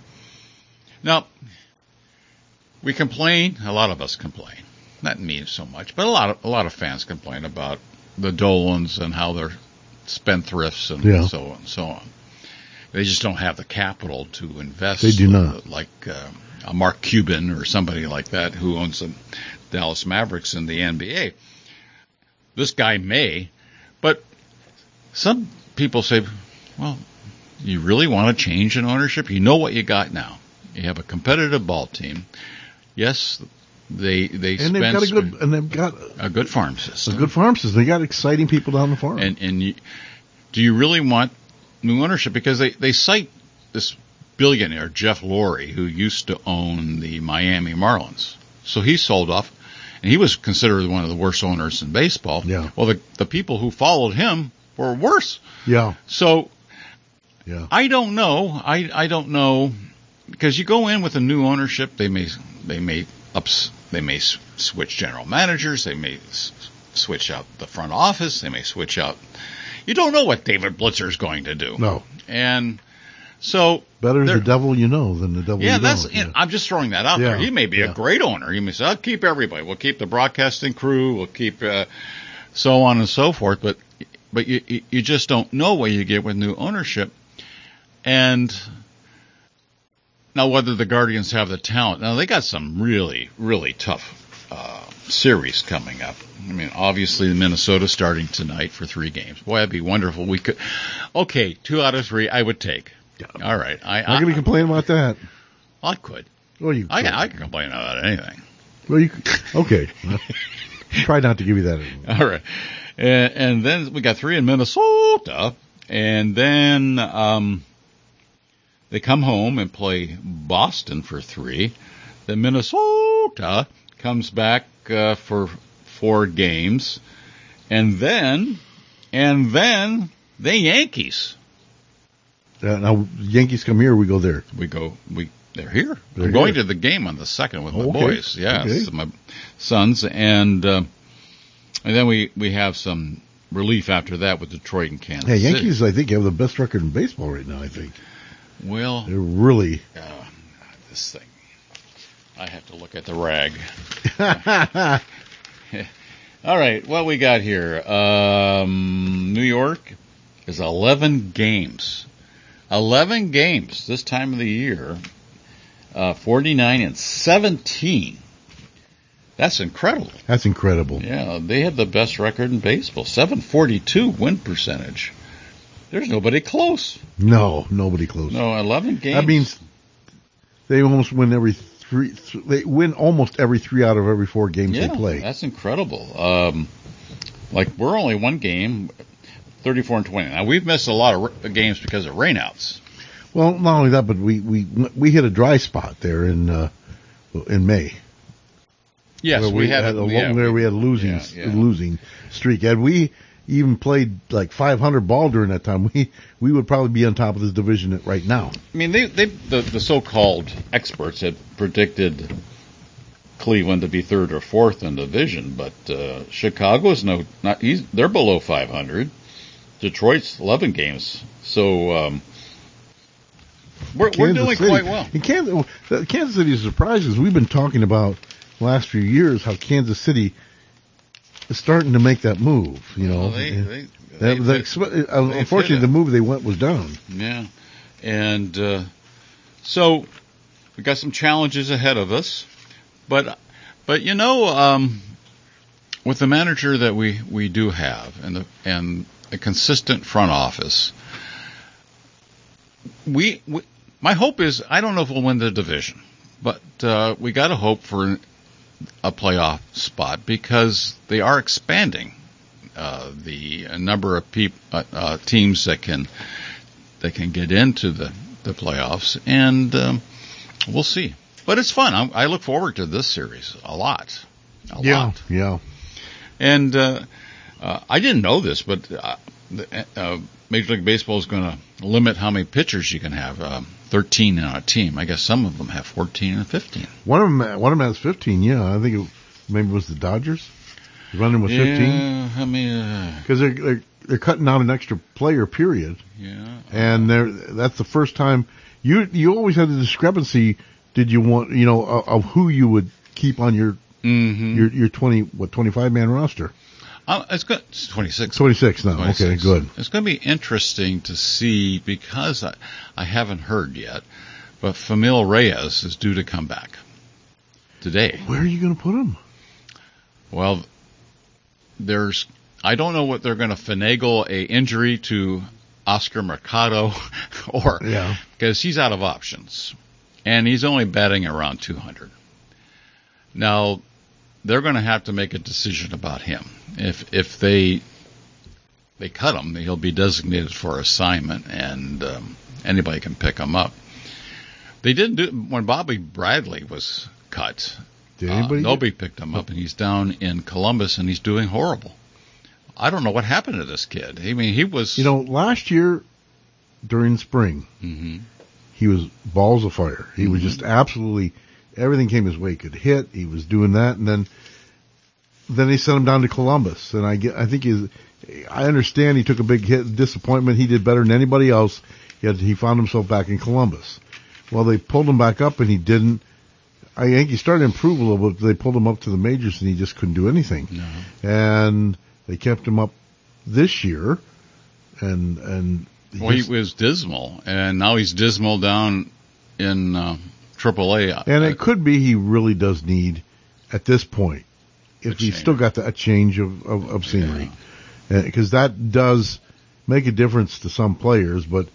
[SPEAKER 3] now we complain. A lot of us complain. Not me so much, but a lot of a lot of fans complain about the Dolans and how they're spendthrifts and
[SPEAKER 2] Yeah.
[SPEAKER 3] so on and so on. They just don't have the capital to invest.
[SPEAKER 2] They do not.
[SPEAKER 3] Like uh, a Mark Cuban or somebody like that who owns the Dallas Mavericks in the NBA. This guy may, but some people say, well, you really want to change in ownership? You know what you got now. You have a competitive ball team. Yes, they they
[SPEAKER 2] And they've got a
[SPEAKER 3] spend-
[SPEAKER 2] good and they've got
[SPEAKER 3] a good farm
[SPEAKER 2] a
[SPEAKER 3] system.
[SPEAKER 2] good farm system. They got exciting people down the farm.
[SPEAKER 3] and and you, do you really want new ownership? Because they they cite this billionaire Jeff Lurie who used to own the Miami Marlins, so he sold off, and he was considered one of the worst owners in baseball.
[SPEAKER 2] Yeah.
[SPEAKER 3] Well, the the people who followed him were worse.
[SPEAKER 2] yeah.
[SPEAKER 3] So
[SPEAKER 2] Yeah.
[SPEAKER 3] I don't know. I I don't know because you go in with a new ownership, they may they may ups they may s- switch general managers, they may s- switch out the front office, they may switch out. You don't know what David Blitzer is going to do,
[SPEAKER 2] No.
[SPEAKER 3] and So
[SPEAKER 2] Better
[SPEAKER 3] there-
[SPEAKER 2] the devil you know than the devil
[SPEAKER 3] yeah,
[SPEAKER 2] you
[SPEAKER 3] that's.
[SPEAKER 2] don't.
[SPEAKER 3] and I'm just throwing that out
[SPEAKER 2] Yeah,
[SPEAKER 3] there. He may be
[SPEAKER 2] yeah.
[SPEAKER 3] a great owner. He may say, "I'll keep everybody. We'll keep the broadcasting crew. We'll keep uh, so on and so forth." But but you you- you just don't know what you get with new ownership. And now, whether the Guardians have the talent, now they got some really really tough uh, series coming up. I mean, obviously Minnesota starting tonight for three games. Boy, that'd be wonderful. We could, okay, two out of three, I would take. All right, I
[SPEAKER 2] Not
[SPEAKER 3] I,
[SPEAKER 2] going to complain about that.
[SPEAKER 3] I could.
[SPEAKER 2] Well, you.
[SPEAKER 3] I
[SPEAKER 2] could.
[SPEAKER 3] can, I can complain about anything.
[SPEAKER 2] Well, you. could. Okay. Try not to give you that. anymore.
[SPEAKER 3] All right. And, and then we got three in Minnesota. And then um, they come home and play Boston for three. Then Minnesota comes back uh, for four games. And then, and then the Yankees.
[SPEAKER 2] Uh, now Yankees come here, we go there.
[SPEAKER 3] We go, we, they're here.
[SPEAKER 2] They're
[SPEAKER 3] I'm going
[SPEAKER 2] here.
[SPEAKER 3] to the game on the second with my
[SPEAKER 2] Oh, okay.
[SPEAKER 3] boys. Yeah,
[SPEAKER 2] Okay.
[SPEAKER 3] so my sons, and uh, and then we we have some relief after that with Detroit and Kansas.
[SPEAKER 2] Yeah,
[SPEAKER 3] City.
[SPEAKER 2] Yankees I think have the best record in baseball right now. I think
[SPEAKER 3] Well,
[SPEAKER 2] they're really.
[SPEAKER 3] uh, this thing, I have to look at the rag. All right, what we got here? Um, New York is 11 games. 11 games this time of the year. Uh, 49 and 17. That's incredible.
[SPEAKER 2] That's incredible.
[SPEAKER 3] Yeah, they have the best record in baseball. 742 win percentage. There's nobody close.
[SPEAKER 2] No, nobody close.
[SPEAKER 3] No, 11 games.
[SPEAKER 2] that means they almost win every three. Th- they win almost every three out of every four games
[SPEAKER 3] yeah,
[SPEAKER 2] they play.
[SPEAKER 3] That's incredible. Um, like we're only one game, 34 and 20. Now we've missed a lot of r- games because of rainouts.
[SPEAKER 2] Well, not only that, but we we we hit a dry spot there in uh, in May.
[SPEAKER 3] Yes,
[SPEAKER 2] where
[SPEAKER 3] we, had,
[SPEAKER 2] a long,
[SPEAKER 3] yeah,
[SPEAKER 2] where we had a losing
[SPEAKER 3] yeah, yeah.
[SPEAKER 2] losing streak. Had we even played like 500 ball during that time, we we would probably be on top of this division right now.
[SPEAKER 3] I mean, they, they the, the so-called experts had predicted Cleveland to be third or fourth in the division, but uh, Chicago's no, not he's, they're below 500. Detroit's 11 games, so um, we're, we're
[SPEAKER 2] Kansas
[SPEAKER 3] doing
[SPEAKER 2] City.
[SPEAKER 3] quite well.
[SPEAKER 2] And Kansas, well, Kansas City is surprising. We've been talking about the last few years how Kansas City is starting to make that move. You know,
[SPEAKER 3] Well, they-
[SPEAKER 2] And
[SPEAKER 3] they-
[SPEAKER 2] that-
[SPEAKER 3] they-
[SPEAKER 2] that-
[SPEAKER 3] they-
[SPEAKER 2] uh,
[SPEAKER 3] they
[SPEAKER 2] unfortunately,
[SPEAKER 3] fit
[SPEAKER 2] the
[SPEAKER 3] it.
[SPEAKER 2] move they went was down.
[SPEAKER 3] Yeah, and uh, so we got some challenges ahead of us, but but you know, um, with the manager that we we do have and the and a consistent front office, we, we my hope is I don't know if we'll win the division, but uh, we got to hope for a playoff spot because they are expanding uh, the uh, number of peop- uh, uh, teams that can that can get into the, the playoffs, and um, we'll see. But it's fun. I, I look forward to this series a lot, a lot.
[SPEAKER 2] yeah.
[SPEAKER 3] And uh, uh, I didn't know this, but uh, the, uh, Major League Baseball is going to limit how many pitchers you can have. Um, Thirteen on a team. I guess some of them have fourteen and fifteen.
[SPEAKER 2] One of them, one of them has 15. Yeah, I think it, maybe it was the Dodgers running with 15
[SPEAKER 3] Yeah, I mean, uh,
[SPEAKER 2] because they're, they're they're cutting out an extra player. Period.
[SPEAKER 3] yeah.
[SPEAKER 2] and there that's the first time you you always had the discrepancy did you want you know of, of who you would keep on your
[SPEAKER 3] Mm-hmm.
[SPEAKER 2] your your 20 what 25 man roster
[SPEAKER 3] Uh, it's good. It's twenty six.
[SPEAKER 2] 26 now okay
[SPEAKER 3] 26.
[SPEAKER 2] good
[SPEAKER 3] It's going to be interesting to see because I, I haven't heard yet, but Famil Reyes is due to come back today.
[SPEAKER 2] where are you going to put him
[SPEAKER 3] Well, there's I don't know what they're going to finagle a injury to Oscar Mercado or
[SPEAKER 2] Yeah.
[SPEAKER 3] because he's out of options and he's only batting around 200. Now they're going to have to make a decision about him. If if they they cut him, he'll be designated for assignment and um, anybody can pick him up. They didn't do when Bobby Bradley was cut.
[SPEAKER 2] did
[SPEAKER 3] Uh,
[SPEAKER 2] anybody
[SPEAKER 3] nobody picked him up, and he's down in Columbus, and he's doing horrible. I don't know what happened to this kid. I mean, he was
[SPEAKER 2] you know last year during spring
[SPEAKER 3] Mhm.
[SPEAKER 2] he was balls of fire he was just absolutely everything came his way He could hit he was doing that and then then they sent him down to Columbus, and I get, I think he's, I understand he took a big hit, disappointment. He did better than anybody else, Yet he found himself back in Columbus. Well, they pulled him back up, and he didn't. I think he started to improve a little, but they pulled him up to the majors, and he just couldn't do anything. And they kept him up this year, and and
[SPEAKER 3] Well, he
[SPEAKER 2] his-
[SPEAKER 3] was dismal, and now he's dismal down in uh, AAA.
[SPEAKER 2] And it could be he really does need, at this point, if he's
[SPEAKER 3] change.
[SPEAKER 2] still got the, a change of, of, of scenery. Because that does make a difference to some players, but,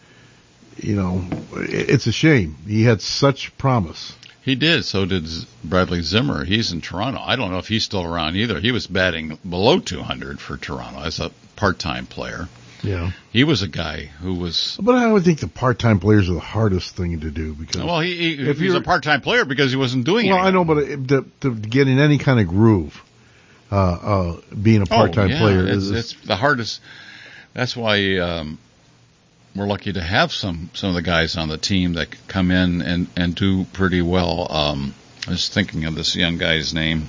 [SPEAKER 2] you know, i it's a shame. He had such promise.
[SPEAKER 3] He did. So did Z- Bradley Zimmer. He's in Toronto. I don't know if he's still around either. He was batting below 200 for Toronto as a part-time player.
[SPEAKER 2] Yeah.
[SPEAKER 3] He was a guy who was
[SPEAKER 2] But I would think the part time players are the hardest thing to do because.
[SPEAKER 3] well. He, he
[SPEAKER 2] If
[SPEAKER 3] he's a
[SPEAKER 2] you're-
[SPEAKER 3] part-time player because he wasn't doing.
[SPEAKER 2] Well, I
[SPEAKER 3] anything.
[SPEAKER 2] know, but it, to, to get in any kind of groove, uh, uh, being a
[SPEAKER 3] Oh,
[SPEAKER 2] part time
[SPEAKER 3] yeah,
[SPEAKER 2] player
[SPEAKER 3] It's,
[SPEAKER 2] is.
[SPEAKER 3] it's the hardest. That's why um, we're lucky to have some some of the guys on the team that could come in and and do pretty well. Um, I was thinking of this young guy's name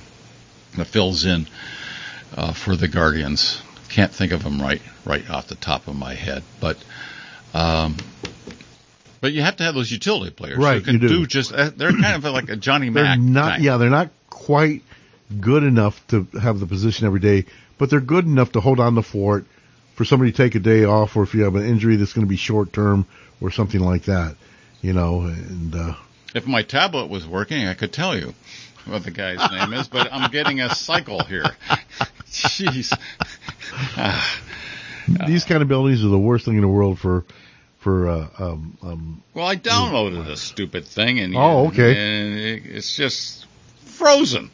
[SPEAKER 3] that fills in uh, for the Guardians. Can't think of him right right off the top of my head, but. Um, but you have to have those utility players who
[SPEAKER 2] Right,
[SPEAKER 3] can
[SPEAKER 2] you do.
[SPEAKER 3] just. uh, They're kind of like a Johnny
[SPEAKER 2] they're
[SPEAKER 3] Mac.
[SPEAKER 2] not
[SPEAKER 3] type.
[SPEAKER 2] yeah they're not quite good enough to have the position every day but they're good enough to hold on the fort for somebody to take a day off or if you have an injury that's going to be short term or something like that you know and uh
[SPEAKER 3] If my tablet was working, I could tell you what the guy's name is, but I'm getting a cycle here. Jeez.
[SPEAKER 2] these kind of buildings are the worst thing in the world for for uh um, um
[SPEAKER 3] Well, I downloaded this stupid thing, and
[SPEAKER 2] Oh, okay.
[SPEAKER 3] and it- it's just frozen.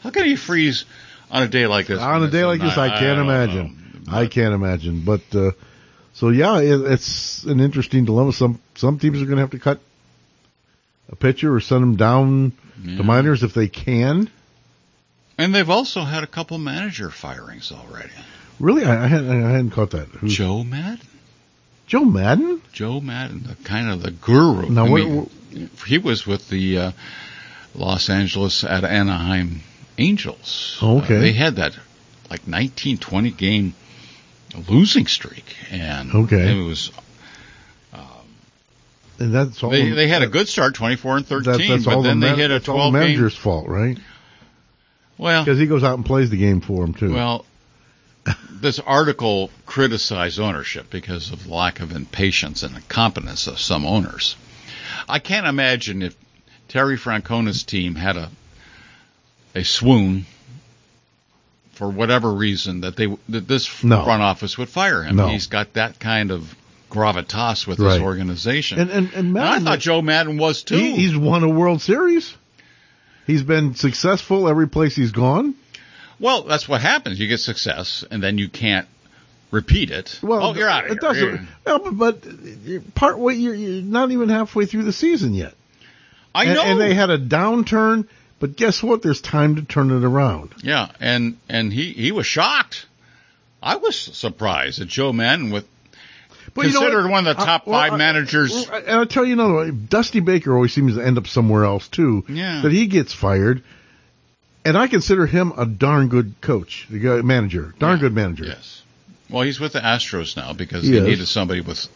[SPEAKER 3] How can you freeze on a day like this?
[SPEAKER 2] on a day like this i can't
[SPEAKER 3] don't
[SPEAKER 2] imagine
[SPEAKER 3] know.
[SPEAKER 2] i can't imagine but uh so yeah it, it's an interesting dilemma some some teams are going to have to cut a pitcher or send them down to minors if they can
[SPEAKER 3] And they've also had a couple manager firings already.
[SPEAKER 2] Really, I, I, hadn't, I hadn't caught that. Who's
[SPEAKER 3] Joe Madden.
[SPEAKER 2] Joe Madden?
[SPEAKER 3] Joe Madden, the, kind of the guru.
[SPEAKER 2] Now,
[SPEAKER 3] I
[SPEAKER 2] what-
[SPEAKER 3] mean, he was with the uh, Los Angeles at Anaheim Angels.
[SPEAKER 2] Oh, okay.
[SPEAKER 3] Uh, they had that like 19, 20 game losing streak, and
[SPEAKER 2] Okay.
[SPEAKER 3] it was
[SPEAKER 2] And that's all.
[SPEAKER 3] they, they had a good start, twenty four and
[SPEAKER 2] that-
[SPEAKER 3] thirteen, but then
[SPEAKER 2] the
[SPEAKER 3] they
[SPEAKER 2] man-
[SPEAKER 3] hit a
[SPEAKER 2] that's all
[SPEAKER 3] twelve
[SPEAKER 2] the
[SPEAKER 3] game.
[SPEAKER 2] manager's fault, right?
[SPEAKER 3] Well,
[SPEAKER 2] Because he goes out and plays the game for him too.
[SPEAKER 3] Well, this article criticized ownership because of lack of impatience and incompetence of some owners. I can't imagine if Terry Francona's team had a a swoon for whatever reason that they that this
[SPEAKER 2] No.
[SPEAKER 3] front office would fire him.
[SPEAKER 2] No.
[SPEAKER 3] He's got that kind of gravitas with
[SPEAKER 2] Right.
[SPEAKER 3] his organization.
[SPEAKER 2] and and and
[SPEAKER 3] And
[SPEAKER 2] Madden,
[SPEAKER 3] I thought Joe Madden was too.
[SPEAKER 2] he, he's won a World Series. He's been successful every place he's gone.
[SPEAKER 3] Well, that's what happens. You get success, and then you can't repeat it.
[SPEAKER 2] Well,
[SPEAKER 3] oh, you're out of
[SPEAKER 2] it
[SPEAKER 3] here.
[SPEAKER 2] Doesn't, no, but, but you're part way you're, you're not even halfway through the season yet.
[SPEAKER 3] I
[SPEAKER 2] and,
[SPEAKER 3] know.
[SPEAKER 2] and they had a downturn, but guess what? There's time to turn it around.
[SPEAKER 3] yeah, and and he he was shocked. I was surprised that Joe Madden with
[SPEAKER 2] But you know
[SPEAKER 3] considered
[SPEAKER 2] what?
[SPEAKER 3] one of the
[SPEAKER 2] I-
[SPEAKER 3] top
[SPEAKER 2] Uh, well,
[SPEAKER 3] five
[SPEAKER 2] I-
[SPEAKER 3] managers.
[SPEAKER 2] Well, I- and I'll tell you another way. Dusty Baker always seems to end up somewhere else too.
[SPEAKER 3] Yeah.
[SPEAKER 2] But he gets fired. And I consider him a darn good coach, the guy- manager, darn good manager
[SPEAKER 3] yes. Well, he's with the Astros now because
[SPEAKER 2] He
[SPEAKER 3] they
[SPEAKER 2] is.
[SPEAKER 3] needed somebody with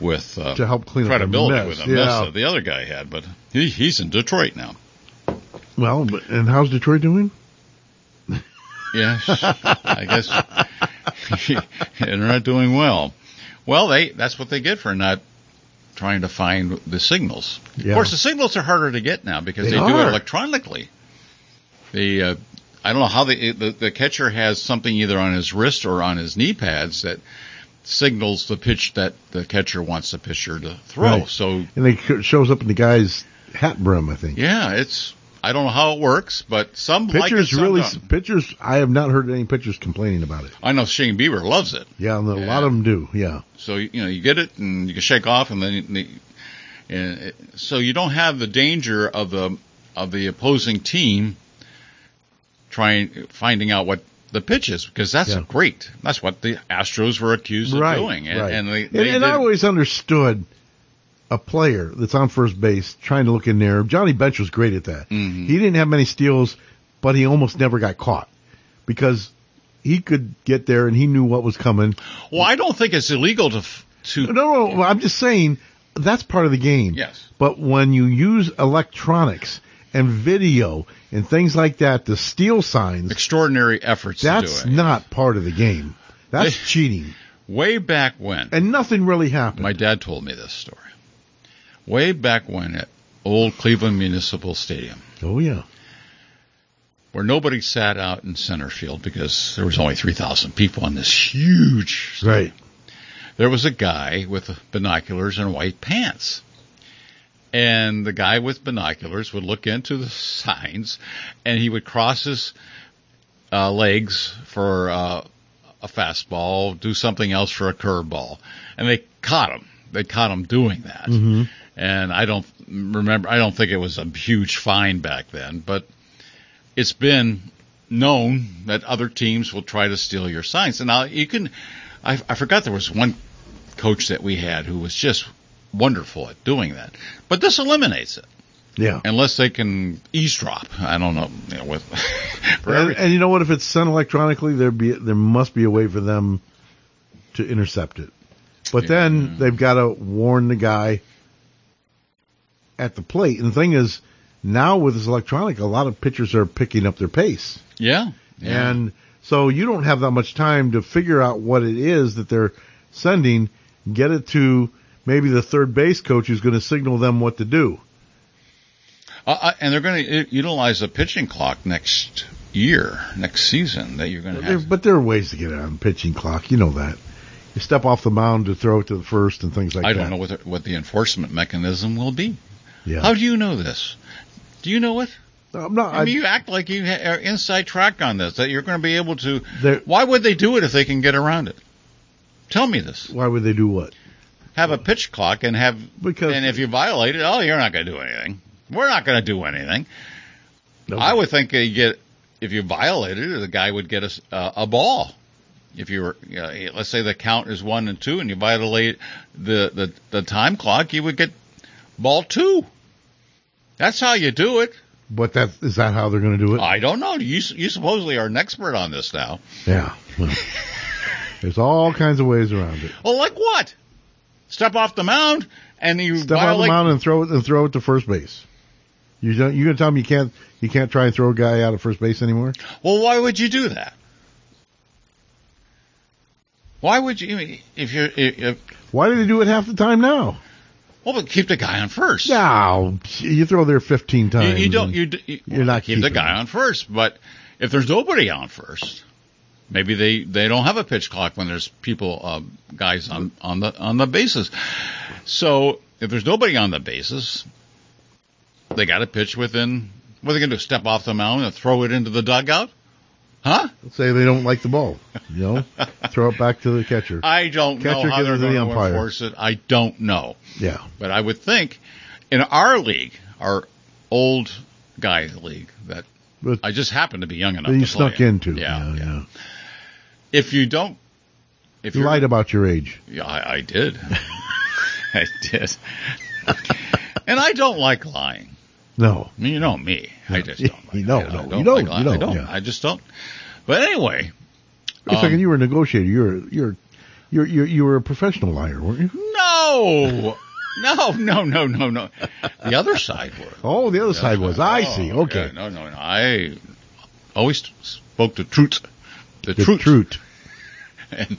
[SPEAKER 3] with uh,
[SPEAKER 2] to help clean
[SPEAKER 3] credibility
[SPEAKER 2] up the mess.
[SPEAKER 3] with him.
[SPEAKER 2] yeah.
[SPEAKER 3] That's what the other guy had, but he, he's in Detroit now.
[SPEAKER 2] Well, but, and how's Detroit doing?
[SPEAKER 3] Yes, I guess they're not doing well. Well, they—that's what they get for not trying to find the signals.
[SPEAKER 2] Yeah.
[SPEAKER 3] Of course, the signals are harder to get now because
[SPEAKER 2] They
[SPEAKER 3] they, do it
[SPEAKER 2] are.
[SPEAKER 3] electronically. The uh, I don't know how they, the the catcher has something either on his wrist or on his knee pads that signals the pitch that the catcher wants the pitcher to throw.
[SPEAKER 2] Right.
[SPEAKER 3] So
[SPEAKER 2] And it co- shows up in the guy's hat brim, I think.
[SPEAKER 3] yeah, it's I don't know how it works, but some like it,
[SPEAKER 2] Pitchers
[SPEAKER 3] some
[SPEAKER 2] really,
[SPEAKER 3] don't.
[SPEAKER 2] pitchers. I have not heard any pitchers complaining about it.
[SPEAKER 3] I know Shane Bieber loves it.
[SPEAKER 2] Yeah, and a lot of them do. Yeah,
[SPEAKER 3] So you know you get it and you can shake off and then you- and it- so you don't have the danger of the of the opposing team trying finding out what the pitch is because that's
[SPEAKER 2] Yeah.
[SPEAKER 3] great. That's what the Astros were accused
[SPEAKER 2] right,
[SPEAKER 3] of doing, and,
[SPEAKER 2] right.
[SPEAKER 3] and they,
[SPEAKER 2] and,
[SPEAKER 3] they
[SPEAKER 2] and I
[SPEAKER 3] did-
[SPEAKER 2] always understood a player that's on first base trying to look in there. Johnny Bench was great at that.
[SPEAKER 3] Mm-hmm.
[SPEAKER 2] He didn't have many steals, but he almost never got caught because he could get there and he knew what was coming.
[SPEAKER 3] well, I don't think it's illegal to f- to
[SPEAKER 2] No, no, no, I'm just saying that's part of the game.
[SPEAKER 3] Yes.
[SPEAKER 2] But when you use electronics and video and things like that to steal signs,
[SPEAKER 3] extraordinary efforts
[SPEAKER 2] that's
[SPEAKER 3] to do it.
[SPEAKER 2] not part of the game. That's cheating.
[SPEAKER 3] Way back when,
[SPEAKER 2] And nothing really happened.
[SPEAKER 3] my dad told me this story. Way back when at old Cleveland Municipal Stadium,
[SPEAKER 2] oh, yeah.
[SPEAKER 3] where nobody sat out in center field because there was only 3,000 people on this huge
[SPEAKER 2] Right.
[SPEAKER 3] there was a guy with binoculars and white pants. And the guy with binoculars would look into the signs and he would cross his uh, legs for uh, a fastball, do something else for a curveball. And they caught him. They caught him doing that. And I don't remember, I don't think it was a huge fine back then, but it's been known that other teams will try to steal your signs. And now you can, I, I forgot there was one coach that we had who was just wonderful at doing that. But this eliminates it
[SPEAKER 2] Yeah.
[SPEAKER 3] unless they can eavesdrop. I don't know, you know with for
[SPEAKER 2] And,
[SPEAKER 3] everything.
[SPEAKER 2] and you know what? If it's sent electronically, there be there must be a way for them to intercept it. But then they've got to warn the guy at the plate. And the thing is, now with this electronic, a lot of pitchers are picking up their pace,
[SPEAKER 3] yeah, yeah.
[SPEAKER 2] and so you don't have that much time to figure out what it is that they're sending. Get it to maybe the third base coach who's going to signal them what to do.
[SPEAKER 3] Uh, uh, and they're going to utilize the pitching clock next year, next season. That you're going to
[SPEAKER 2] There,
[SPEAKER 3] have.
[SPEAKER 2] but there are ways to get it on the pitching clock. You know that. You step off the mound to throw it to the first and things like
[SPEAKER 3] I
[SPEAKER 2] that.
[SPEAKER 3] don't know what the, what the enforcement mechanism will be.
[SPEAKER 2] Yeah.
[SPEAKER 3] How do you know this? Do you know it?
[SPEAKER 2] I'm not.
[SPEAKER 3] I
[SPEAKER 2] I,
[SPEAKER 3] mean, you act like you ha- are inside track on this. That you're going to be able to.
[SPEAKER 2] There-
[SPEAKER 3] Why would they do it if they can get around it? Tell me this.
[SPEAKER 2] why would they do what?
[SPEAKER 3] Have a pitch clock and have
[SPEAKER 2] Because-
[SPEAKER 3] and if you violate it, oh, you're not going to do anything. We're not going to do anything.
[SPEAKER 2] No,
[SPEAKER 3] I would think you get if you violated it, the guy would get a, s- uh, a ball. If you were, you know, let's say the count is one and two, and you violate the, the the time clock, you would get ball two. That's how you do it.
[SPEAKER 2] But that is that how they're going to do it?
[SPEAKER 3] I don't know. You s- you supposedly are an expert on this now.
[SPEAKER 2] yeah. Well, there's all kinds of ways around it.
[SPEAKER 3] Well, like what? Step off the mound and you
[SPEAKER 2] Step on the
[SPEAKER 3] violate.
[SPEAKER 2] mound and throw it and throw it to first base. You don't, you're going to tell them you can't you can't try and throw a guy out of first base anymore?
[SPEAKER 3] Well, why would you do that? Why would you if you if
[SPEAKER 2] Why do they do it half the time now?
[SPEAKER 3] well, but keep the guy on first.
[SPEAKER 2] No, you throw there 15
[SPEAKER 3] You,
[SPEAKER 2] times.
[SPEAKER 3] you don't.
[SPEAKER 2] and-
[SPEAKER 3] You, d- you
[SPEAKER 2] You're not
[SPEAKER 3] keep the
[SPEAKER 2] keeping
[SPEAKER 3] guy
[SPEAKER 2] it.
[SPEAKER 3] on first, but if there's nobody on first, maybe they they don't have a pitch clock when there's people uh, guys on on the on the bases. So if there's nobody on the bases, they got to pitch within. What are they going to do? Step off the mound and throw it into the dugout? Huh?
[SPEAKER 2] say they don't like the ball. You know, throw it back to the catcher.
[SPEAKER 3] I don't
[SPEAKER 2] Catcher
[SPEAKER 3] know how
[SPEAKER 2] gives
[SPEAKER 3] they're
[SPEAKER 2] it to the
[SPEAKER 3] going to
[SPEAKER 2] umpire.
[SPEAKER 3] enforce it. I don't know.
[SPEAKER 2] yeah.
[SPEAKER 3] But I would think in our league, our old guy league that
[SPEAKER 2] But
[SPEAKER 3] I just happen to be young enough
[SPEAKER 2] that you
[SPEAKER 3] to play
[SPEAKER 2] snuck
[SPEAKER 3] it.
[SPEAKER 2] into.
[SPEAKER 3] Yeah,
[SPEAKER 2] yeah,
[SPEAKER 3] yeah.
[SPEAKER 2] yeah.
[SPEAKER 3] If you don't, if
[SPEAKER 2] You
[SPEAKER 3] you're-
[SPEAKER 2] lied about your age.
[SPEAKER 3] yeah, I, I did, I did, and I don't like lying.
[SPEAKER 2] No.
[SPEAKER 3] I mean, you know me. I just
[SPEAKER 2] Yeah.
[SPEAKER 3] don't. Like
[SPEAKER 2] No,
[SPEAKER 3] lying. I
[SPEAKER 2] no, you
[SPEAKER 3] don't
[SPEAKER 2] don't,
[SPEAKER 3] like lying.
[SPEAKER 2] you
[SPEAKER 3] I
[SPEAKER 2] don't,
[SPEAKER 3] don't.
[SPEAKER 2] yeah.
[SPEAKER 3] I just don't. But anyway,
[SPEAKER 2] Wait a
[SPEAKER 3] Um,
[SPEAKER 2] second, you were a negotiator. You're you're you're you're you were a professional liar, weren't you?
[SPEAKER 3] no, no, no, no, no, no. The other side were.
[SPEAKER 2] Oh, the other side was. I
[SPEAKER 3] Oh,
[SPEAKER 2] see.
[SPEAKER 3] yeah,
[SPEAKER 2] Okay.
[SPEAKER 3] no, no, no. I always spoke the truth. The,
[SPEAKER 2] The
[SPEAKER 3] truth.
[SPEAKER 2] truth.
[SPEAKER 3] And,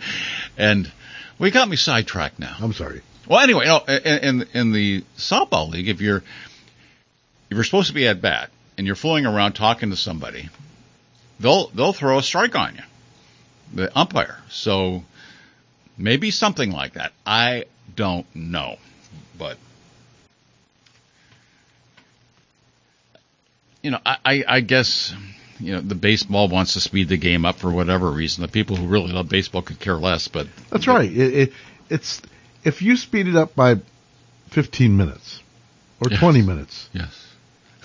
[SPEAKER 3] and we got me sidetracked now.
[SPEAKER 2] I'm sorry.
[SPEAKER 3] Well, anyway, no, in, in in the softball league, if you're if you're supposed to be at bat and you're fooling around talking to somebody, they'll they'll throw a strike on you, the umpire. So maybe something like that. I don't know, but you know, I I, I guess. You know, the baseball wants to speed the game up for whatever reason. The people who really love baseball could care less, but
[SPEAKER 2] That's right. It, it, it's if you speed it up by 15 minutes or
[SPEAKER 3] Yes.
[SPEAKER 2] 20 minutes,
[SPEAKER 3] yes,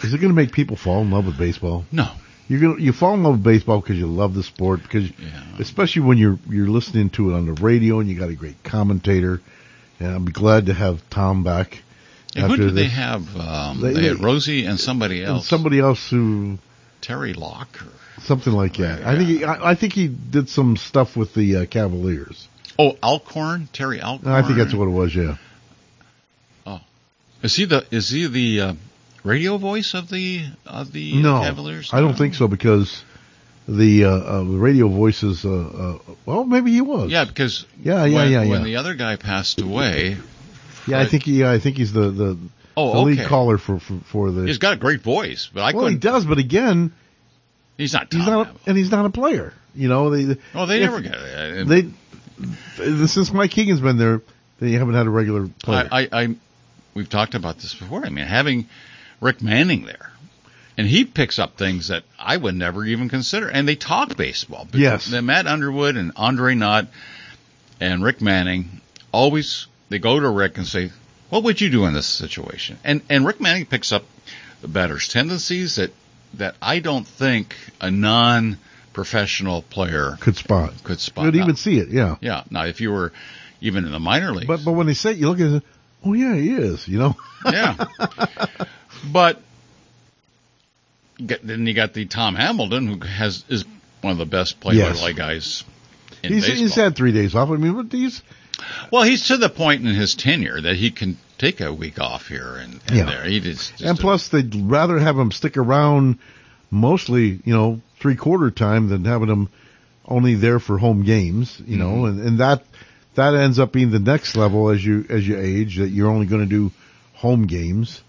[SPEAKER 2] is it going to make people fall in love with baseball?
[SPEAKER 3] no,
[SPEAKER 2] You're gonna, you fall in love with baseball because you love the sport because especially when you're you're listening to it on the radio and you got a great commentator. And I'm glad to have Tom back.
[SPEAKER 3] And who
[SPEAKER 2] after
[SPEAKER 3] did they
[SPEAKER 2] this.
[SPEAKER 3] have? Um,
[SPEAKER 2] They-
[SPEAKER 3] they, had
[SPEAKER 2] they-
[SPEAKER 3] Rosie and somebody
[SPEAKER 2] And
[SPEAKER 3] else.
[SPEAKER 2] somebody else who
[SPEAKER 3] Terry Locke. Or,
[SPEAKER 2] Something like that. I think he, I, I think he did some stuff with the uh, Cavaliers.
[SPEAKER 3] Oh, Alcorn, Terry Alcorn.
[SPEAKER 2] I think that's what it was. Yeah.
[SPEAKER 3] Is he the is he the uh, radio voice of the of the
[SPEAKER 2] no,
[SPEAKER 3] Cavaliers?
[SPEAKER 2] I don't think so because the uh, uh, the radio voices. Uh, uh, well, maybe he was.
[SPEAKER 3] Yeah, because
[SPEAKER 2] Yeah, yeah,
[SPEAKER 3] when,
[SPEAKER 2] yeah,
[SPEAKER 3] when
[SPEAKER 2] yeah.
[SPEAKER 3] the other guy passed away,
[SPEAKER 2] yeah. I think he. Yeah, I think he's the the,
[SPEAKER 3] Oh,
[SPEAKER 2] the lead
[SPEAKER 3] okay.
[SPEAKER 2] caller for for, for the.
[SPEAKER 3] he's got a great voice, but I
[SPEAKER 2] well, he
[SPEAKER 3] couldn't.
[SPEAKER 2] does, but again,
[SPEAKER 3] he's not. Tom
[SPEAKER 2] he's not,
[SPEAKER 3] Neville.
[SPEAKER 2] and he's not a player. You know, they.
[SPEAKER 3] Oh, they
[SPEAKER 2] if-
[SPEAKER 3] never got. Uh,
[SPEAKER 2] They since Mike Keegan's been there, they haven't had a regular player.
[SPEAKER 3] I, I, I, we've talked about this before. I mean, having Rick Manning there, and he picks up things that I would never even consider. And they talk baseball. But
[SPEAKER 2] Yes.
[SPEAKER 3] the Matt Underwood and Andre Knott and Rick Manning always they go to Rick and say, "What would you do in this situation?" And and Rick Manning picks up the batter's tendencies that that I don't think a non-professional player
[SPEAKER 2] could spot.
[SPEAKER 3] could spot.
[SPEAKER 2] Could
[SPEAKER 3] Now-
[SPEAKER 2] even see it. Yeah.
[SPEAKER 3] yeah. Now, if you were even in the minor leagues,
[SPEAKER 2] But but when they say it, you look at it, oh yeah, he is. You know.
[SPEAKER 3] yeah. But get, then you got the Tom Hamilton, who has is one of the best play by play
[SPEAKER 2] Yes.
[SPEAKER 3] guys in
[SPEAKER 2] He's,
[SPEAKER 3] baseball.
[SPEAKER 2] he's had three days off. I mean, but he's
[SPEAKER 3] well, he's to the point in his tenure that he can take a week off here and, and
[SPEAKER 2] Yeah.
[SPEAKER 3] there. He just, just
[SPEAKER 2] and plus they'd rather have him stick around mostly, you know, three quarter time than having him only there for home games, you know,
[SPEAKER 3] Mm-hmm.
[SPEAKER 2] and, and that that ends up being the next level as you as you age that you're only going to do home games.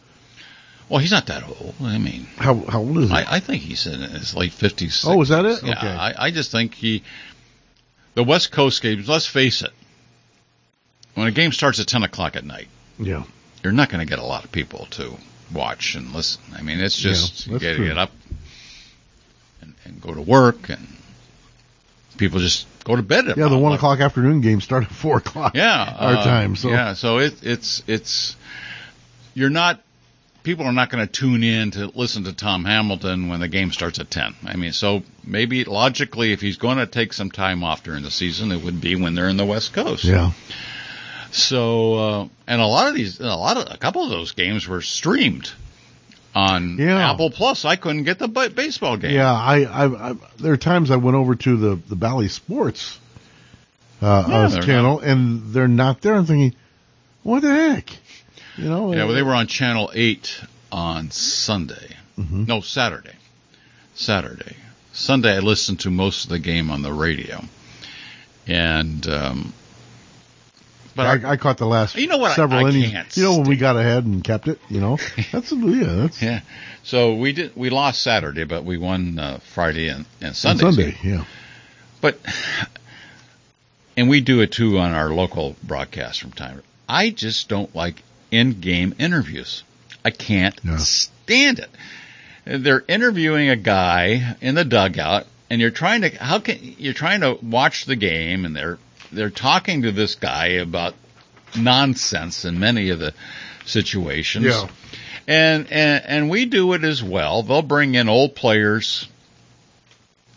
[SPEAKER 3] well, he's not that old. I mean,
[SPEAKER 2] How how old is he?
[SPEAKER 3] I, I think he's in his late fifties.
[SPEAKER 2] Oh, is that it?
[SPEAKER 3] Yeah,
[SPEAKER 2] Okay.
[SPEAKER 3] I, I just think he. The West Coast games. Let's face it. When a game starts at ten o'clock at night.
[SPEAKER 2] yeah.
[SPEAKER 3] you're not going to get a lot of people to watch and listen. I mean, it's just
[SPEAKER 2] Yeah,
[SPEAKER 3] you
[SPEAKER 2] that's
[SPEAKER 3] got to
[SPEAKER 2] true.
[SPEAKER 3] get up and, and go to work, and people just go to bed. At
[SPEAKER 2] Yeah, the
[SPEAKER 3] about
[SPEAKER 2] one
[SPEAKER 3] like-
[SPEAKER 2] o'clock afternoon game start at four o'clock.
[SPEAKER 3] Yeah,
[SPEAKER 2] our
[SPEAKER 3] uh,
[SPEAKER 2] time. So
[SPEAKER 3] yeah, so it, it's it's you're not. People are not going to tune in to listen to Tom Hamilton when the game starts at ten. I mean, so maybe logically, if he's going to take some time off during the season, it would be when they're in the West Coast.
[SPEAKER 2] yeah,
[SPEAKER 3] So, uh, and a lot of these, a lot of, a couple of those games were streamed on
[SPEAKER 2] Yeah.
[SPEAKER 3] Apple Plus. I couldn't get the b- baseball game.
[SPEAKER 2] Yeah, I, I, I there are times I went over to the the Bally Sports uh,
[SPEAKER 3] Yeah,
[SPEAKER 2] uh,
[SPEAKER 3] they're
[SPEAKER 2] channel and they're not there. I'm thinking, what the heck? You know?
[SPEAKER 3] Yeah, well, they
[SPEAKER 2] uh,
[SPEAKER 3] were on Channel 8 on Sunday.
[SPEAKER 2] mm-hmm.
[SPEAKER 3] No, Saturday. Saturday. Sunday, I listened to most of the game on the radio. And, um, but I,
[SPEAKER 2] I, I caught the last
[SPEAKER 3] You know what? I-
[SPEAKER 2] several
[SPEAKER 3] I
[SPEAKER 2] innings.
[SPEAKER 3] can't
[SPEAKER 2] you know when we got ahead and kept it. You know that's yeah that's
[SPEAKER 3] yeah. So we did, we lost Saturday, but we won uh, Friday and, and
[SPEAKER 2] on
[SPEAKER 3] Sunday's game.
[SPEAKER 2] Sunday. Yeah,
[SPEAKER 3] But and we do it too on our local broadcast from time. to I just don't like in-game interviews. I can't
[SPEAKER 2] Yeah.
[SPEAKER 3] stand it. They're interviewing a guy in the dugout, and you're trying to how can you're trying to watch the game, and they're they're talking to this guy about nonsense in many of the situations.
[SPEAKER 2] Yeah.
[SPEAKER 3] And, and and we do it as well. They'll bring in old players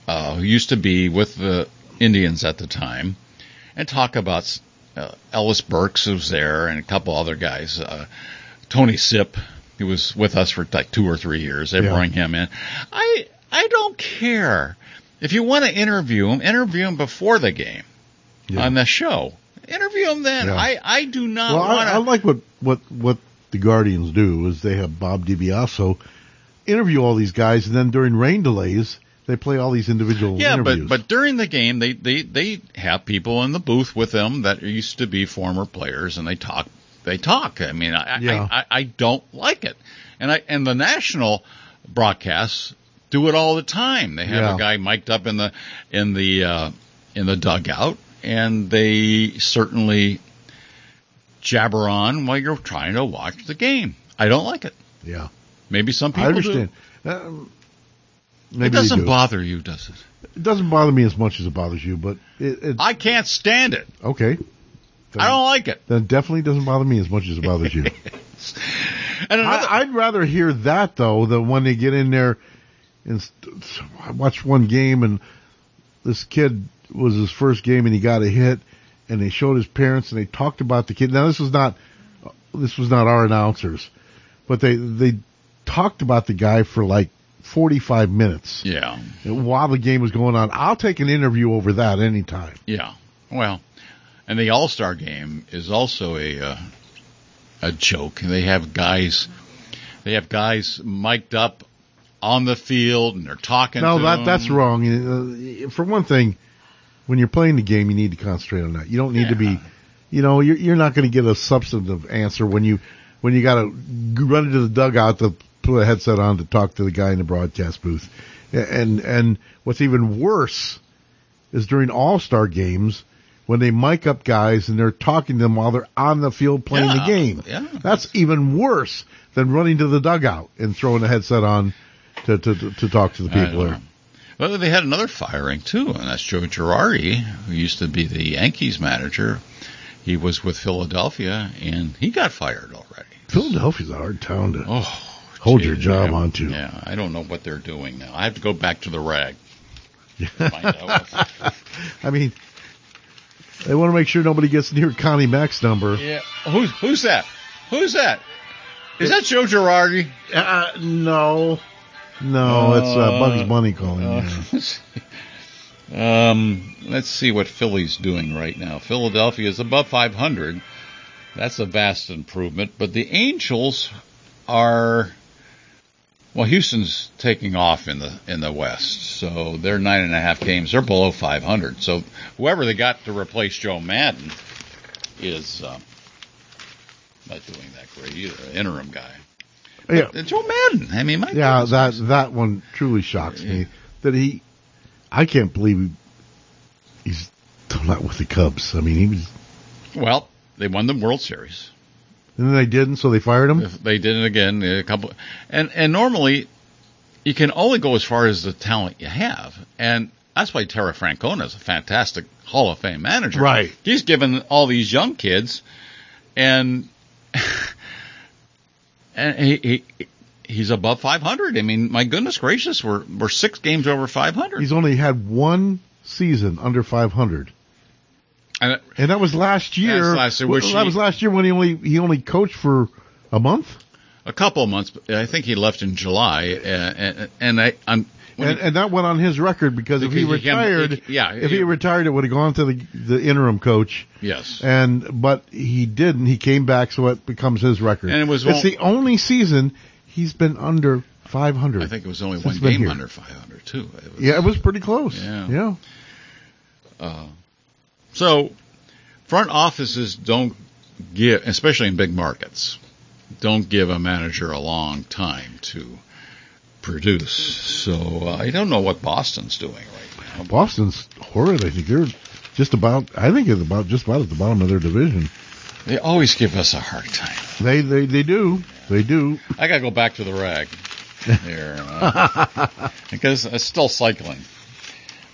[SPEAKER 3] uh, who used to be with the Indians at the time, and talk about uh, Ellis Burks, who's there, and a couple other guys. Uh, Tony Sipp, who was with us for like two or three years, they
[SPEAKER 2] Yeah.
[SPEAKER 3] bring him in. I I don't care if you want to interview him. Interview him before the game
[SPEAKER 2] yeah.
[SPEAKER 3] on the show. Interview him then.
[SPEAKER 2] Yeah.
[SPEAKER 3] I I do not
[SPEAKER 2] well,
[SPEAKER 3] want
[SPEAKER 2] I, I like what what what the Guardians do is they have Bob DiBiase interview all these guys, and then during rain delays they play all these individual
[SPEAKER 3] Yeah,
[SPEAKER 2] interviews.
[SPEAKER 3] but but during the game, they they they have people in the booth with them that used to be former players, and they talk. They talk. I mean, I
[SPEAKER 2] Yeah.
[SPEAKER 3] I, I, I don't like it, and I and the national broadcasts do it all the time. They have
[SPEAKER 2] Yeah.
[SPEAKER 3] a guy mic'd up in the in the uh, in the dugout, and they certainly jabber on while you're trying to watch the game. I don't like it.
[SPEAKER 2] yeah.
[SPEAKER 3] Maybe some people
[SPEAKER 2] I
[SPEAKER 3] do.
[SPEAKER 2] understand. Um, maybe
[SPEAKER 3] It
[SPEAKER 2] they
[SPEAKER 3] doesn't
[SPEAKER 2] do.
[SPEAKER 3] bother you, does it?
[SPEAKER 2] it doesn't bother me as much as it bothers you, but it, it
[SPEAKER 3] I can't stand it.
[SPEAKER 2] okay. Then,
[SPEAKER 3] I don't like it.
[SPEAKER 2] Then definitely doesn't bother me as much as it bothers you.
[SPEAKER 3] And another,
[SPEAKER 2] I, I'd rather hear that though than when they get in there and st- I watched one game and this kid was his first game and he got a hit and they showed his parents and they talked about the kid. Now this was not this was not our announcers, but they they talked about the guy for like forty five minutes.
[SPEAKER 3] yeah,
[SPEAKER 2] while the game was going on. I'll take an interview over that anytime.
[SPEAKER 3] yeah. Well, And the All Star game is also a uh, a joke. They have guys, they have guys mic'd up on the field, and um, they're talking.
[SPEAKER 2] No,
[SPEAKER 3] to
[SPEAKER 2] that
[SPEAKER 3] them.
[SPEAKER 2] that's wrong. Uh, For one thing, when you're playing the game, you need to concentrate on that. You don't need to
[SPEAKER 3] Yeah.
[SPEAKER 2] be, you know, you're you're not going to get a substantive answer when you when you got to run into the dugout to put a headset on to talk to the guy in the broadcast booth, and and what's even worse is during All Star games. When they mic up guys and they're talking to them while they're on the field playing the
[SPEAKER 3] Yeah,
[SPEAKER 2] game,
[SPEAKER 3] yeah.
[SPEAKER 2] that's even worse than running to the dugout and throwing a headset on to to, to, to talk to the people.
[SPEAKER 3] I
[SPEAKER 2] there.
[SPEAKER 3] know. Well, they had another firing too, and that's Joe Girardi, who used to be the Yankees manager. He was with Philadelphia, and he got fired already.
[SPEAKER 2] Philadelphia's a hard town to
[SPEAKER 3] Oh,
[SPEAKER 2] hold
[SPEAKER 3] gee,
[SPEAKER 2] your job
[SPEAKER 3] yeah.
[SPEAKER 2] onto.
[SPEAKER 3] Yeah, I don't know what they're doing now. I have to go back to the rag. to find out what-
[SPEAKER 2] I mean, they want to make sure nobody gets near Connie Mack's number.
[SPEAKER 3] yeah, who's who's that? Who's that? Is that Joe Girardi?
[SPEAKER 2] Uh, no. Uh. No, it's uh, Bugs Bunny calling. yeah.
[SPEAKER 3] um, let's see what Philly's doing right now. Philadelphia is above 500. That's a vast improvement. But the Angels are well. Houston's taking off in the in the West, so they're nine and a half games. They're below 500. So whoever they got to replace Joe Madden is um, not doing that great either. Interim guy,
[SPEAKER 2] Yeah,
[SPEAKER 3] Uh, Joe Madden. I mean, my
[SPEAKER 2] yeah,
[SPEAKER 3] goodness.
[SPEAKER 2] that that one truly shocks me. That he, I can't believe he, he's still not with the Cubs. I mean, he was,
[SPEAKER 3] Well, they won the World Series.
[SPEAKER 2] and then they didn't, so they fired him.
[SPEAKER 3] If they did it again, a couple, and and normally, you can only go as far as the talent you have, and that's why Terra Francona is a fantastic Hall of Fame manager.
[SPEAKER 2] Right.
[SPEAKER 3] He's given all these young kids, and and he. he He's above 500. I mean, my goodness gracious, we're we're six games over 500.
[SPEAKER 2] He's only had one season under 500.
[SPEAKER 3] and
[SPEAKER 2] And that was last year.
[SPEAKER 3] That's last year, which
[SPEAKER 2] Well, that
[SPEAKER 3] he-
[SPEAKER 2] was last year when he only he only coached for a month,
[SPEAKER 3] a couple of months, but I think he left in July. Uh, and and I, I'm when
[SPEAKER 2] and,
[SPEAKER 3] he-
[SPEAKER 2] and that went on his record because if he
[SPEAKER 3] Because he can-
[SPEAKER 2] retired,
[SPEAKER 3] he- yeah,
[SPEAKER 2] if he
[SPEAKER 3] he-
[SPEAKER 2] retired, it would have gone to the the interim coach.
[SPEAKER 3] yes,
[SPEAKER 2] And but he didn't. He came back, so it becomes his record.
[SPEAKER 3] And it was
[SPEAKER 2] it's
[SPEAKER 3] one-
[SPEAKER 2] the only season he's been under 500.
[SPEAKER 3] I think it was only
[SPEAKER 2] Since
[SPEAKER 3] one
[SPEAKER 2] been
[SPEAKER 3] game
[SPEAKER 2] here.
[SPEAKER 3] under 500 too. It was-
[SPEAKER 2] Yeah, it was pretty close.
[SPEAKER 3] Yeah.
[SPEAKER 2] yeah.
[SPEAKER 3] So front offices don't give, especially in big markets, don't give a manager a long time to produce. So uh, I don't know what Boston's doing right now.
[SPEAKER 2] Boston's horrid. I think they're just about. I think it's about just about at the bottom of their division.
[SPEAKER 3] They always give us a hard time.
[SPEAKER 2] They they they do. They do.
[SPEAKER 3] I got to go back to the rag there uh, because I'm still cycling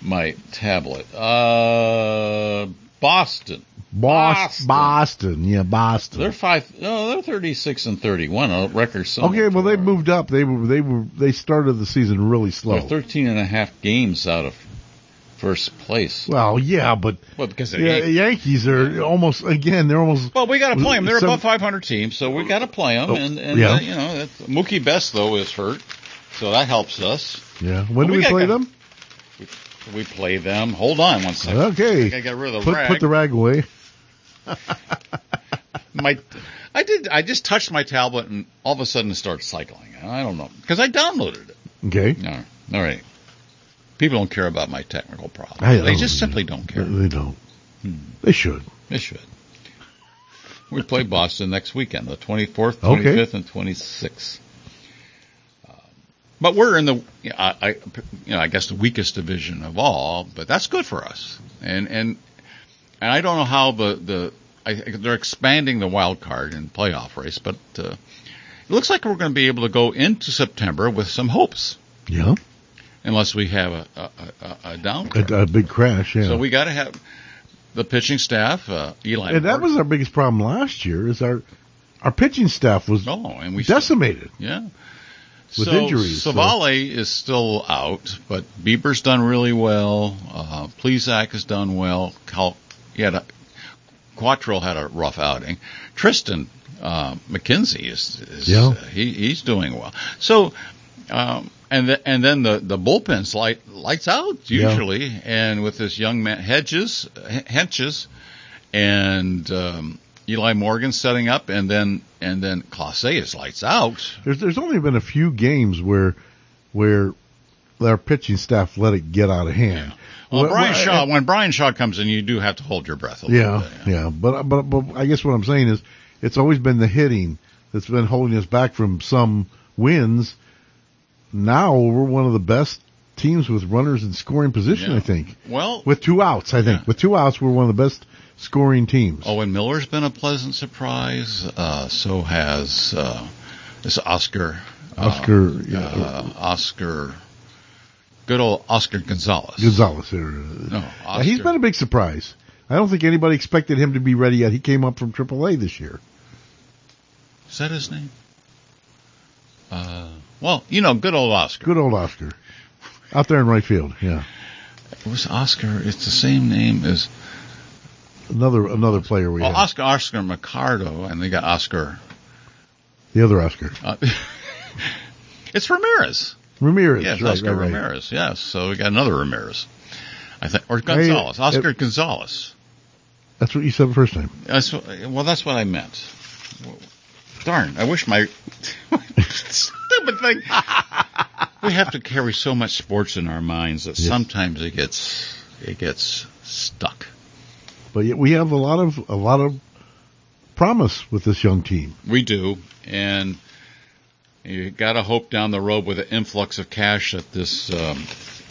[SPEAKER 3] my tablet. Uh, Boston.
[SPEAKER 2] Boston.
[SPEAKER 3] Boston.
[SPEAKER 2] Boston. Yeah, Boston.
[SPEAKER 3] They're five. No, they're thirty-six and thirty-one. A record.
[SPEAKER 2] okay,
[SPEAKER 3] similar
[SPEAKER 2] well
[SPEAKER 3] to
[SPEAKER 2] they
[SPEAKER 3] ours.
[SPEAKER 2] moved up. They were they were they started the season really slow.
[SPEAKER 3] They're 13 and a half games out of first place.
[SPEAKER 2] well, yeah, but
[SPEAKER 3] Well, because they
[SPEAKER 2] yeah, Yankees are almost again. They're almost
[SPEAKER 3] well, we got to play them. They're
[SPEAKER 2] Some-
[SPEAKER 3] above 500 teams, so we got to play them.
[SPEAKER 2] Oh,
[SPEAKER 3] and and
[SPEAKER 2] yeah.
[SPEAKER 3] uh, you know, that's, Mookie Best though is hurt, so that helps us.
[SPEAKER 2] yeah. When do
[SPEAKER 3] we
[SPEAKER 2] we
[SPEAKER 3] got-
[SPEAKER 2] play them?
[SPEAKER 3] We play them. Hold on one second. I
[SPEAKER 2] Okay,
[SPEAKER 3] think I got rid of the
[SPEAKER 2] put
[SPEAKER 3] rag.
[SPEAKER 2] put the rag away.
[SPEAKER 3] my, I did. I just touched my tablet and all of a sudden it started cycling. I don't know because I downloaded it.
[SPEAKER 2] Okay,
[SPEAKER 3] No, all right. People don't care about my technical problems.
[SPEAKER 2] I
[SPEAKER 3] they
[SPEAKER 2] don't-
[SPEAKER 3] just simply don't care. Hmm.
[SPEAKER 2] They don't. They should.
[SPEAKER 3] They should. We play Boston next weekend, the 24th,
[SPEAKER 2] Okay.
[SPEAKER 3] 25th, and 26th. Um, But we're in the, yeah, I, I, you know, I guess the weakest division of all, but that's good for us. And and and I don't know how the the I, they're expanding the wild card and playoff race, but uh, it looks like we're going to be able to go into September with some hopes,
[SPEAKER 2] Yeah,
[SPEAKER 3] unless we have a a, a, a downturn.
[SPEAKER 2] a, a big crash. Yeah,
[SPEAKER 3] So we got to have the pitching staff, uh, Eli.
[SPEAKER 2] and that
[SPEAKER 3] Martin-
[SPEAKER 2] was our biggest problem last year. Is our our pitching staff was
[SPEAKER 3] Oh, and we
[SPEAKER 2] decimated.
[SPEAKER 3] yeah
[SPEAKER 2] With
[SPEAKER 3] so
[SPEAKER 2] injuries, so-
[SPEAKER 3] Savale is still out, but Bieber's done really well. Uh, Plezak has done well. Cal- he had a, Quattrell had a rough outing. Tristan uh, McKenzie is, is
[SPEAKER 2] Yeah.
[SPEAKER 3] uh, he, he's doing well. So um, and the, and then the the bullpen's light lights out
[SPEAKER 2] Yeah.
[SPEAKER 3] usually, and with this young man Hedges H- Henches and um, Eli Morgan setting up, and then and then Class A is lights out.
[SPEAKER 2] There's there's only been a few games where where our pitching staff let it get out of hand.
[SPEAKER 3] Well,
[SPEAKER 2] Wh-
[SPEAKER 3] Brian
[SPEAKER 2] wh-
[SPEAKER 3] Shaw, when Brian Shaw comes in, you do have to hold your breath a little
[SPEAKER 2] Yeah,
[SPEAKER 3] bit.
[SPEAKER 2] yeah, but but but I guess what I'm saying is, it's always been the hitting that's been holding us back from some wins. Now we're one of the best teams with runners in scoring position.
[SPEAKER 3] Yeah.
[SPEAKER 2] I think
[SPEAKER 3] Well,
[SPEAKER 2] with two outs. I think
[SPEAKER 3] Yeah. Oh.
[SPEAKER 2] with two outs, we're one of the best scoring teams.
[SPEAKER 3] Owen Miller's been a pleasant surprise. Uh, so has uh, this Oscar.
[SPEAKER 2] Oscar
[SPEAKER 3] Uh,
[SPEAKER 2] yeah,
[SPEAKER 3] uh, Oscar. Good old Oscar Gonzalez.
[SPEAKER 2] Gonzalez. or-
[SPEAKER 3] No,
[SPEAKER 2] Yeah, Uh, he's
[SPEAKER 3] Oscar.
[SPEAKER 2] been a big surprise. I don't think anybody expected him to be ready yet. He came up from AAA this year.
[SPEAKER 3] Is that his name? Uh, well, you know, good old Oscar.
[SPEAKER 2] Good old Oscar, out there in right field. Yeah,
[SPEAKER 3] It was Oscar. It's the same name as
[SPEAKER 2] another another player we
[SPEAKER 3] well,
[SPEAKER 2] have.
[SPEAKER 3] Oscar Oscar Mercado, and they got Oscar.
[SPEAKER 2] The other Oscar.
[SPEAKER 3] Uh, it's Ramirez.
[SPEAKER 2] Ramirez.
[SPEAKER 3] Yes,
[SPEAKER 2] right,
[SPEAKER 3] Oscar
[SPEAKER 2] right, right.
[SPEAKER 3] Ramirez. Yes, so we got another Ramirez. I think, or Gonzalez,
[SPEAKER 2] Hey,
[SPEAKER 3] Oscar
[SPEAKER 2] if-
[SPEAKER 3] Gonzalez.
[SPEAKER 2] That's what you said the first time.
[SPEAKER 3] That's, wh- well, that's what I meant. Darn, I wish my stupid thing. we have to carry so much sports in our minds that sometimes it gets it gets stuck.
[SPEAKER 2] But yet we have a lot of a lot of promise with this young team.
[SPEAKER 3] We do, and you got to hope down the road with the influx of cash that this um,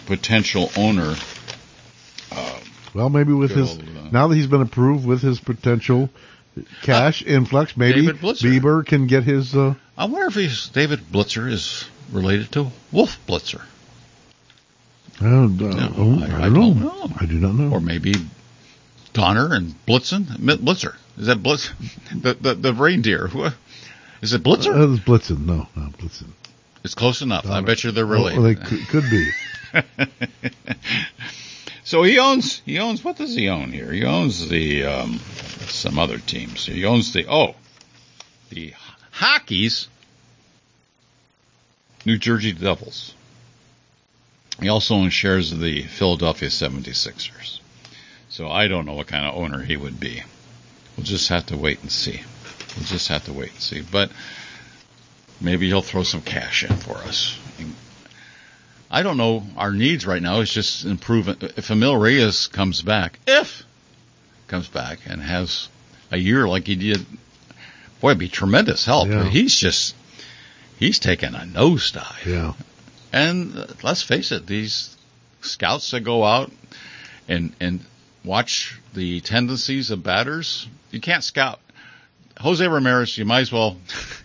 [SPEAKER 3] potential owner.
[SPEAKER 2] Well, maybe with
[SPEAKER 3] Good
[SPEAKER 2] his
[SPEAKER 3] old, uh,
[SPEAKER 2] now that he's been approved with his potential cash influx, maybe
[SPEAKER 3] Uh, David Blitzer.
[SPEAKER 2] Bieber can get his. Uh,
[SPEAKER 3] I wonder if he's David Blitzer is related to Wolf Blitzer,
[SPEAKER 2] I don't,
[SPEAKER 3] No,
[SPEAKER 2] oh, I,
[SPEAKER 3] I- I
[SPEAKER 2] don't know.
[SPEAKER 3] don't know.
[SPEAKER 2] I do not know.
[SPEAKER 3] or maybe Donner and Blitzen Blitzer. Is that Blitz? The the, the reindeer. Who- Is it Blitzer?
[SPEAKER 2] Uh, it's Blitzen. No, not Blitzen.
[SPEAKER 3] It's close enough. I
[SPEAKER 2] Donner.
[SPEAKER 3] bet you they're
[SPEAKER 2] Well,
[SPEAKER 3] related.
[SPEAKER 2] they could, could be.
[SPEAKER 3] So he owns he owns what does he own here? He owns the um, some other teams. He owns the oh the Hockey's New Jersey Devils. He also owns shares of the Philadelphia 76ers. So I don't know what kind of owner he would be. We'll just have to wait and see. We'll just have to wait and see. But maybe he'll throw some cash in for us and I don't know our needs right now. It's just improving. If Emil Reyes comes back, if comes back and has a year like he did, boy, it'd be tremendous help.
[SPEAKER 2] Yeah.
[SPEAKER 3] He's just he's taking a nosedive.
[SPEAKER 2] Yeah.
[SPEAKER 3] And uh, let's face it, these scouts that go out and and watch the tendencies of batters, you can't scout. Jose Ramirez, you might as well.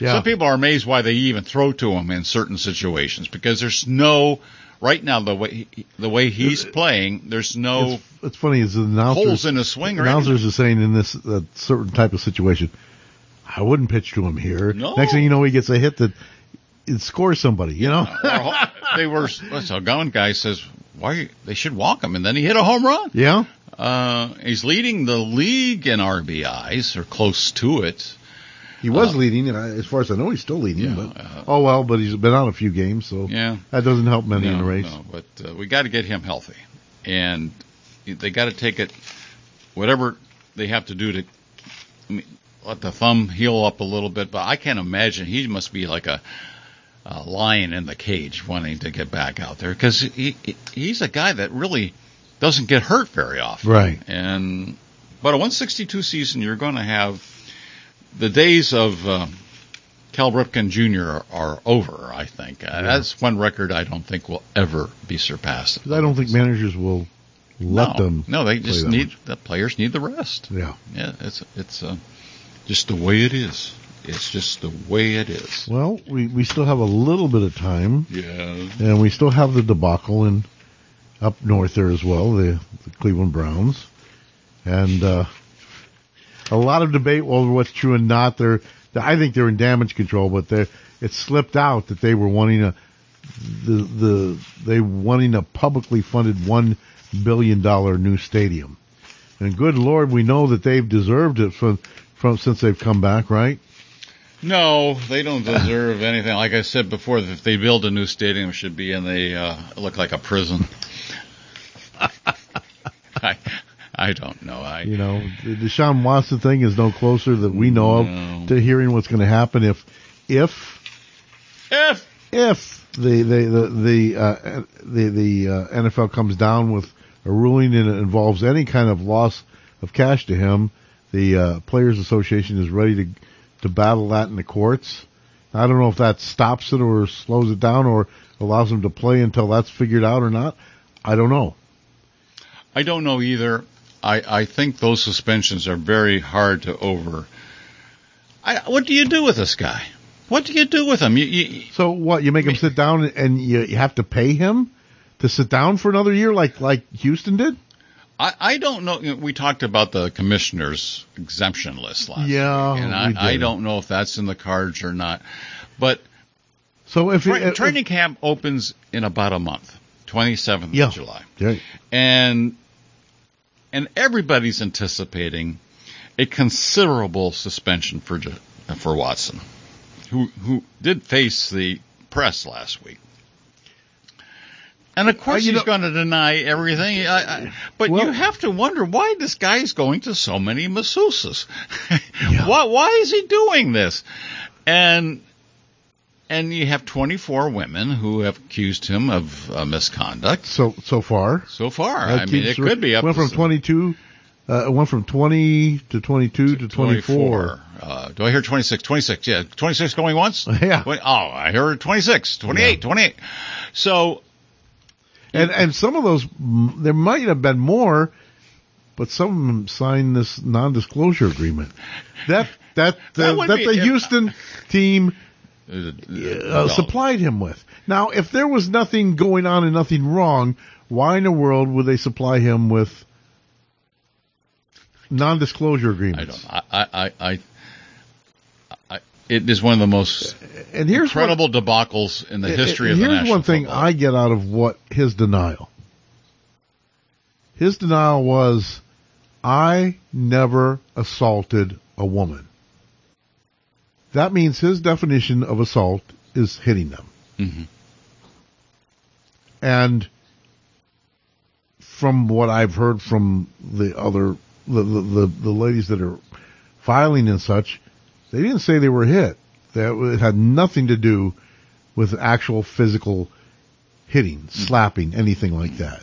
[SPEAKER 2] Yeah.
[SPEAKER 3] Some people are amazed why they even throw to him in certain situations because there's no right now the way he, the way he's playing. There's no
[SPEAKER 2] Uh, It's, it's funny. Is the announcers
[SPEAKER 3] holes in his swing or
[SPEAKER 2] announcers are saying in this uh, certain type of situation, I wouldn't pitch to him here.
[SPEAKER 3] No.
[SPEAKER 2] Next thing you know, he gets a hit that it scores somebody. You know,
[SPEAKER 3] Or ho- they were. So one guy says, "Why you- they should walk him?" And then he hit a home run.
[SPEAKER 2] yeah,
[SPEAKER 3] Uh, he's leading the league in RBIs or close to it.
[SPEAKER 2] he was leading, and I, as far as I know, he's still leading.
[SPEAKER 3] Yeah,
[SPEAKER 2] but,
[SPEAKER 3] uh,
[SPEAKER 2] oh well, but he's been out a few games, so
[SPEAKER 3] Yeah.
[SPEAKER 2] that doesn't help many in
[SPEAKER 3] No,
[SPEAKER 2] the race.
[SPEAKER 3] no, but uh, we got to get him healthy, and they got to take it whatever they have to do to I mean, let the thumb heal up a little bit. But I can't imagine he must be like a, a lion in the cage wanting to get back out there because he, he he's a guy that really doesn't get hurt very often.
[SPEAKER 2] Right.
[SPEAKER 3] And but a 162 season, you're going to have the days of um, Cal Ripken Jr. are, are over. I think Uh, that's one record I don't think will ever be surpassed.
[SPEAKER 2] 'Cause I don't think managers will let
[SPEAKER 3] no,
[SPEAKER 2] them.
[SPEAKER 3] No, they
[SPEAKER 2] play
[SPEAKER 3] just
[SPEAKER 2] that
[SPEAKER 3] need the players need the rest.
[SPEAKER 2] much. Yeah.
[SPEAKER 3] Yeah, it's it's uh, just the way it is. It's just the way it is.
[SPEAKER 2] Well, we we still have a little bit of time.
[SPEAKER 3] Yeah.
[SPEAKER 2] And we still have the debacle in up north there as well, the, the Cleveland Browns. And uh, a lot of debate over what's true and not. They're, I think they're in damage control, but they it slipped out that they were wanting a the the they wanting a publicly funded one billion dollar new stadium. And good lord, we know that they've deserved it from from since they've come back, right?
[SPEAKER 3] No, they don't deserve anything. Like I said before, if they build a new stadium, it should be in the uh, look like a prison. I, I I don't know. I
[SPEAKER 2] You know, the Deshaun Watson thing is no closer that we know
[SPEAKER 3] No.
[SPEAKER 2] of to hearing what's going to happen if, if,
[SPEAKER 3] if
[SPEAKER 2] if the the the the uh, the, the uh, NFL comes down with a ruling and it involves any kind of loss of cash to him, the uh, Players Association is ready to to battle that in the courts. I don't know if that stops it or slows it down or allows him to play until that's figured out or not. I don't know.
[SPEAKER 3] I don't know either. I, I think those suspensions are very hard to over. I, what do you do with this guy? What do you do with him? You, you,
[SPEAKER 2] So what? You make him sit down and you, you have to pay him to sit down for another year, like like Houston did.
[SPEAKER 3] I, I don't know. you know, We talked about the commissioner's exemption list last
[SPEAKER 2] Yeah,
[SPEAKER 3] week, and
[SPEAKER 2] we
[SPEAKER 3] I, I
[SPEAKER 2] did.
[SPEAKER 3] don't know if that's in the cards or not. But
[SPEAKER 2] So if uh,
[SPEAKER 3] tra-
[SPEAKER 2] it,
[SPEAKER 3] training camp opens in about a month, 27th
[SPEAKER 2] Yeah.
[SPEAKER 3] of July.
[SPEAKER 2] uh, Yeah.
[SPEAKER 3] and and everybody's anticipating a considerable suspension for Ju- for Watson, who who did face the press last week. And of
[SPEAKER 2] Uh,
[SPEAKER 3] course,
[SPEAKER 2] you
[SPEAKER 3] he's
[SPEAKER 2] know-
[SPEAKER 3] going to deny everything. I, I, but
[SPEAKER 2] Well-
[SPEAKER 3] you have to wonder why this guy is going to so many masseuses. why, why is he doing this? And and you have 24 women who have accused him of uh, misconduct
[SPEAKER 2] so so far.
[SPEAKER 3] so far.
[SPEAKER 2] That
[SPEAKER 3] I mean, it
[SPEAKER 2] keeps-
[SPEAKER 3] could be up
[SPEAKER 2] went
[SPEAKER 3] to
[SPEAKER 2] from
[SPEAKER 3] some-
[SPEAKER 2] 22 uh, it went from 20 to 22 to 24.
[SPEAKER 3] Uh, do I hear 26? 26, yeah. 26 going once?
[SPEAKER 2] Yeah.
[SPEAKER 3] Wait, oh, I heard 26, 28, 28. So,
[SPEAKER 2] And and some of those mm, there might have been more but some of them signed this non-disclosure agreement. That that
[SPEAKER 3] That
[SPEAKER 2] uh,
[SPEAKER 3] would
[SPEAKER 2] that
[SPEAKER 3] be-
[SPEAKER 2] the Houston team
[SPEAKER 3] uh,
[SPEAKER 2] uh, supplied him with. Now, if there was nothing going on and nothing wrong, why in the world would they supply him with non-disclosure
[SPEAKER 3] I
[SPEAKER 2] agreements?
[SPEAKER 3] don't I, I, I, I, I, it is one of the most
[SPEAKER 2] And here's what-
[SPEAKER 3] incredible debacles in the history of
[SPEAKER 2] And
[SPEAKER 3] the
[SPEAKER 2] here's
[SPEAKER 3] national
[SPEAKER 2] one thing
[SPEAKER 3] football.
[SPEAKER 2] I get out of what his denial. His denial was, I never assaulted a woman. That means his definition of assault is hitting them.
[SPEAKER 3] Mhm.
[SPEAKER 2] And from what I've heard from the other the, the, the, the ladies that are filing and such, they didn't say they were hit. That it had nothing to do with actual physical hitting, slapping, anything like that.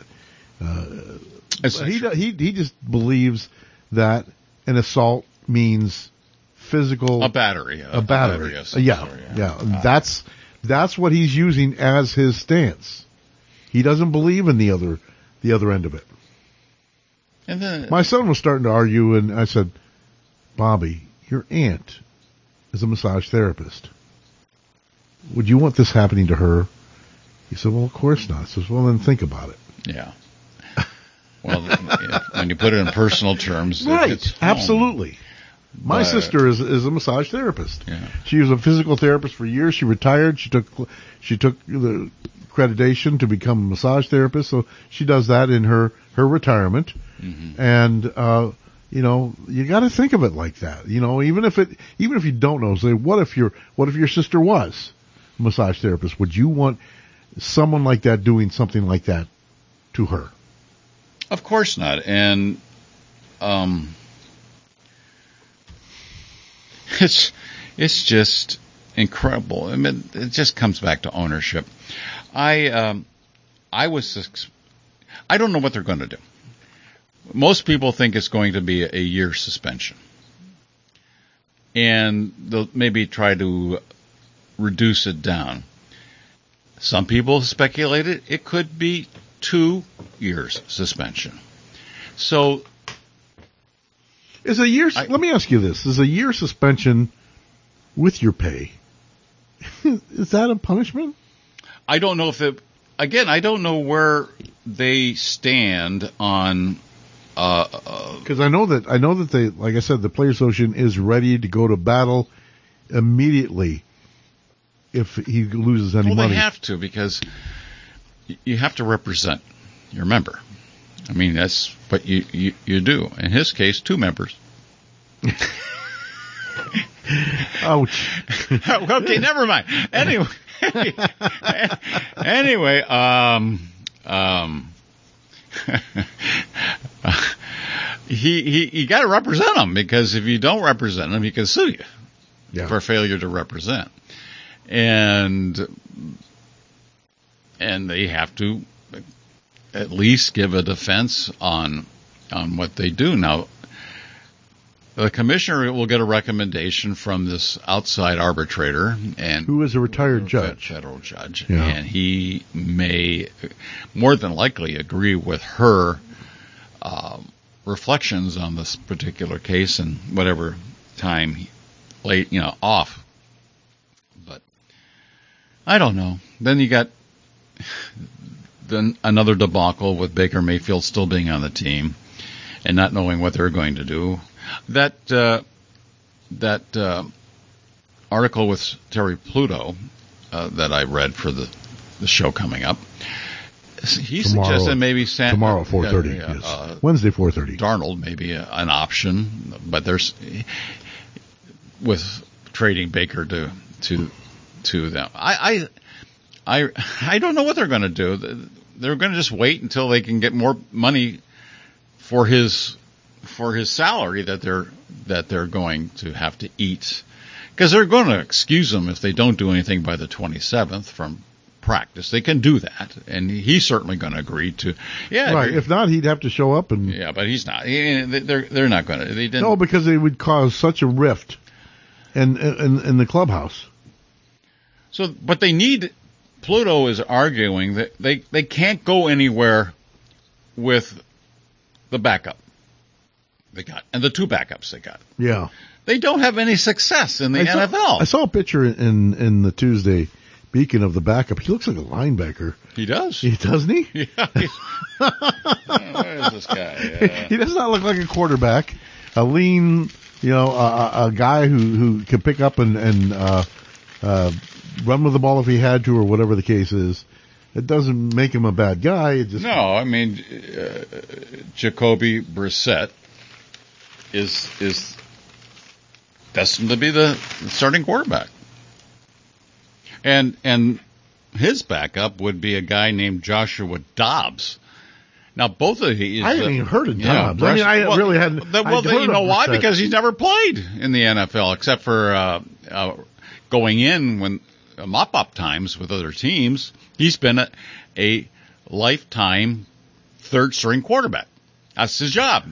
[SPEAKER 3] It's-
[SPEAKER 2] He, he he just believes that an assault means physical
[SPEAKER 3] a battery. A,
[SPEAKER 2] a battery. Uh,
[SPEAKER 3] of some
[SPEAKER 2] yeah,
[SPEAKER 3] sort,
[SPEAKER 2] yeah. Ah. that's that's what he's using as his stance. He doesn't believe in the other the other end of it.
[SPEAKER 3] And then,
[SPEAKER 2] My son was starting to argue, and I said, "Bobby, your aunt is a massage therapist. Would you want this happening to her?" He said, "Well, of course not." I says, "Well, then think about it."
[SPEAKER 3] yeah. Well, yeah, when you put it in personal terms, it hits home.
[SPEAKER 2] absolutely. My
[SPEAKER 3] But-
[SPEAKER 2] sister is is a massage therapist.
[SPEAKER 3] Yeah.
[SPEAKER 2] She was a physical therapist for years. She retired. She took she took the accreditation to become a massage therapist. So she does that in her her retirement.
[SPEAKER 3] Mm-hmm.
[SPEAKER 2] And uh, you know, you got to think of it like that. You know, even if it even if you don't know, say what if your what if your sister was a massage therapist? Would you want someone like that doing something like that to her?
[SPEAKER 3] Of course not. And um, it's it's just incredible. I mean, it just comes back to ownership. I um, I was ex- I don't know what they're going to do. Most people think it's going to be a year suspension, and they'll maybe try to reduce it down. Some people speculated it could be two years suspension. So
[SPEAKER 2] Is a year?
[SPEAKER 3] I-
[SPEAKER 2] let me ask you this: Is a year suspension with your pay? is that a punishment?
[SPEAKER 3] I don't know if it. Again, I don't know where they stand on. Uh, uh,
[SPEAKER 2] Because I know that I know that they, like I said, the player association is ready to go to battle immediately if he loses any
[SPEAKER 3] well,
[SPEAKER 2] money.
[SPEAKER 3] they have to because y- you have to represent your member. I mean, that's what you you, you do. In his case, two members.
[SPEAKER 2] Ouch!
[SPEAKER 3] okay, never mind. Anyway, anyway, um, um, he, he you got to represent him because if you don't represent him, he can sue you
[SPEAKER 2] Yeah.
[SPEAKER 3] for failure to represent, and and they have to at least give a defense on on what they do now. The commissioner will get a recommendation from this outside arbitrator, and
[SPEAKER 2] Who is a retired
[SPEAKER 3] fed-
[SPEAKER 2] judge?
[SPEAKER 3] federal judge,
[SPEAKER 2] Yeah.
[SPEAKER 3] and he may more than likely agree with her um, reflections on this particular case and whatever time he- late, you know, off. But I don't know. Then you got then another debacle with Baker Mayfield still being on the team and not knowing what they're going to do. That uh, that uh, article with Terry Pluto uh, that I read for the, the show coming up. He
[SPEAKER 2] Tomorrow-
[SPEAKER 3] suggested maybe San,
[SPEAKER 2] Tomorrow at
[SPEAKER 3] uh,
[SPEAKER 2] 4:30.
[SPEAKER 3] yeah,
[SPEAKER 2] yes.
[SPEAKER 3] uh,
[SPEAKER 2] Wednesday 4:30.
[SPEAKER 3] Darnold may be a, an option, but there's with trading Baker to to to them. I I I, I don't know what they're going to do. They're going to just wait until they can get more money for his for his salary that they're that they're going to have to eat because they're going to excuse him if they don't do anything by the 27th from practice. They can do that, and he's certainly going to agree to. Yeah,
[SPEAKER 2] Right.
[SPEAKER 3] you're-
[SPEAKER 2] If not, he'd have to show up and
[SPEAKER 3] yeah, but he's not. He- They're they're not going to. They didn't.
[SPEAKER 2] no, because it would cause such a rift, and in, in the clubhouse.
[SPEAKER 3] So, but they need. Pluto is arguing that they they can't go anywhere with the backup they got and the two backups they got.
[SPEAKER 2] Yeah.
[SPEAKER 3] They don't have any success in the
[SPEAKER 2] I saw,
[SPEAKER 3] NFL.
[SPEAKER 2] I saw a picture in in the Tuesday Beacon of the backup. He looks like a linebacker.
[SPEAKER 3] he does.
[SPEAKER 2] He doesn't he?
[SPEAKER 3] yeah. Where is this guy?
[SPEAKER 2] he does not look like a quarterback. A lean, you know, a, a- a guy who who can pick up and and uh, uh, run with the ball if he had to, or whatever the case is. It doesn't make him a bad guy. It just
[SPEAKER 3] No, I mean uh, Jacoby Brissett is is destined to be the starting quarterback, and and his backup would be a guy named Joshua Dobbs. Now both of these,
[SPEAKER 2] I hadn't even heard of Dobbs. I mean, I
[SPEAKER 3] well,
[SPEAKER 2] really hadn't-
[SPEAKER 3] the- well,
[SPEAKER 2] I'd
[SPEAKER 3] then
[SPEAKER 2] heard
[SPEAKER 3] you
[SPEAKER 2] of
[SPEAKER 3] know why?
[SPEAKER 2] Brissett.
[SPEAKER 3] Because he's never played in the NFL except for uh, uh, going in when uh, mop-up times with other teams. He's been a, a lifetime third string quarterback. That's his job.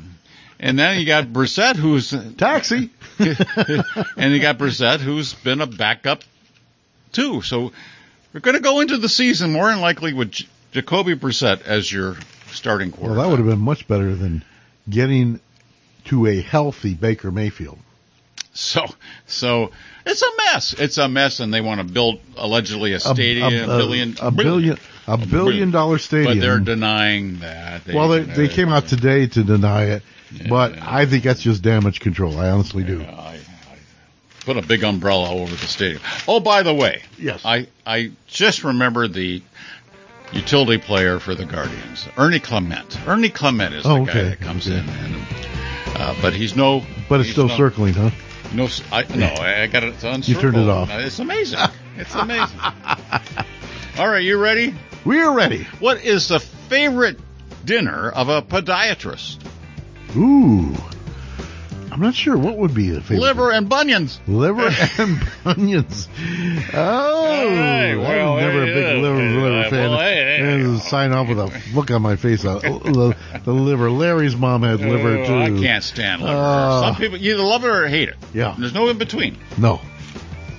[SPEAKER 3] And then you got Brissett, who's
[SPEAKER 2] taxi.
[SPEAKER 3] and you got Brissett, who's been a backup too. So we're going to go into the season more than likely with J- Jacoby Brissett as your starting
[SPEAKER 2] Well,
[SPEAKER 3] quarterback.
[SPEAKER 2] that would have been much better than getting to a healthy Baker Mayfield.
[SPEAKER 3] So, so it's a mess. It's a mess, and they want to build allegedly a
[SPEAKER 2] A-
[SPEAKER 3] stadium, a, billion,
[SPEAKER 2] a billion, a billion dollar stadium.
[SPEAKER 3] But they're denying that.
[SPEAKER 2] well, they, they came out today to deny it, but I think that's just damage control. I honestly do.
[SPEAKER 3] I, I put a big umbrella over the stadium. Oh, by the way,
[SPEAKER 2] Yes.
[SPEAKER 3] I I just remembered the utility player for the Guardians, Ernie Clement. Ernie Clement is
[SPEAKER 2] Oh,
[SPEAKER 3] the guy
[SPEAKER 2] okay.
[SPEAKER 3] that comes
[SPEAKER 2] Okay.
[SPEAKER 3] in, and, uh, but he's no.
[SPEAKER 2] But it's
[SPEAKER 3] he's
[SPEAKER 2] still
[SPEAKER 3] no-
[SPEAKER 2] circling, huh?
[SPEAKER 3] No, s- I, no, I I got it uncircled.
[SPEAKER 2] turned it off.
[SPEAKER 3] It's amazing. It's amazing. All right, you ready?
[SPEAKER 2] We are ready.
[SPEAKER 3] What is the favorite dinner of a podiatrist?
[SPEAKER 2] Ooh. I'm not sure what would be the favorite.
[SPEAKER 3] Liver and bunions.
[SPEAKER 2] Liver and onions. Oh,
[SPEAKER 3] right, well,
[SPEAKER 2] I was never a
[SPEAKER 3] there
[SPEAKER 2] big
[SPEAKER 3] you
[SPEAKER 2] liver,
[SPEAKER 3] go.
[SPEAKER 2] liver
[SPEAKER 3] Uh,
[SPEAKER 2] fan.
[SPEAKER 3] well, hey, hey.
[SPEAKER 2] And sign off with a look on my face. Uh, the, the liver. Larry's mom had liver too.
[SPEAKER 3] Oh, I can't stand liver.
[SPEAKER 2] Oh.
[SPEAKER 3] Some people you either love it or hate it.
[SPEAKER 2] Yeah.
[SPEAKER 3] There's no in between.
[SPEAKER 2] No,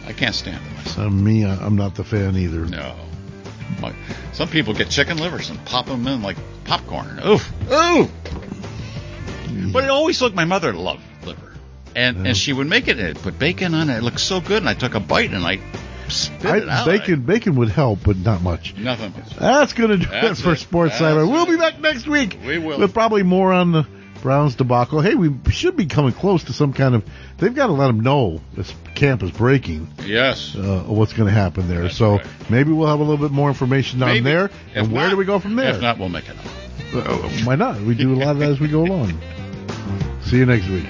[SPEAKER 3] I can't stand it myself.
[SPEAKER 2] uh, me. I- I'm not the fan either.
[SPEAKER 3] No. My- Some people get chicken livers and pop them in like popcorn. Oof. Ooh.
[SPEAKER 2] Mm.
[SPEAKER 3] But it always looked, my mother loved liver. And and she would make it and put bacon on it. It looked so good. And I took a bite and I spit it
[SPEAKER 2] I,
[SPEAKER 3] out.
[SPEAKER 2] bacon, bacon would help, but not much.
[SPEAKER 3] I- nothing. much.
[SPEAKER 2] That's going to do
[SPEAKER 3] That's
[SPEAKER 2] it for
[SPEAKER 3] it.
[SPEAKER 2] Sports
[SPEAKER 3] That's
[SPEAKER 2] Cyber.
[SPEAKER 3] it.
[SPEAKER 2] We'll be back next week.
[SPEAKER 3] We will.
[SPEAKER 2] With probably more on the Browns debacle. Hey, we should be coming close to some kind of. They've got to let them know this camp is breaking.
[SPEAKER 3] Yes.
[SPEAKER 2] Uh, what's going to happen there?
[SPEAKER 3] That's
[SPEAKER 2] so
[SPEAKER 3] right.
[SPEAKER 2] maybe we'll have a little bit more information on
[SPEAKER 3] Maybe.
[SPEAKER 2] there. and
[SPEAKER 3] If
[SPEAKER 2] where
[SPEAKER 3] not-
[SPEAKER 2] do we go from there?
[SPEAKER 3] If not, we'll make it up.
[SPEAKER 2] Uh, why not? We do a lot of that as we go along. See you next week.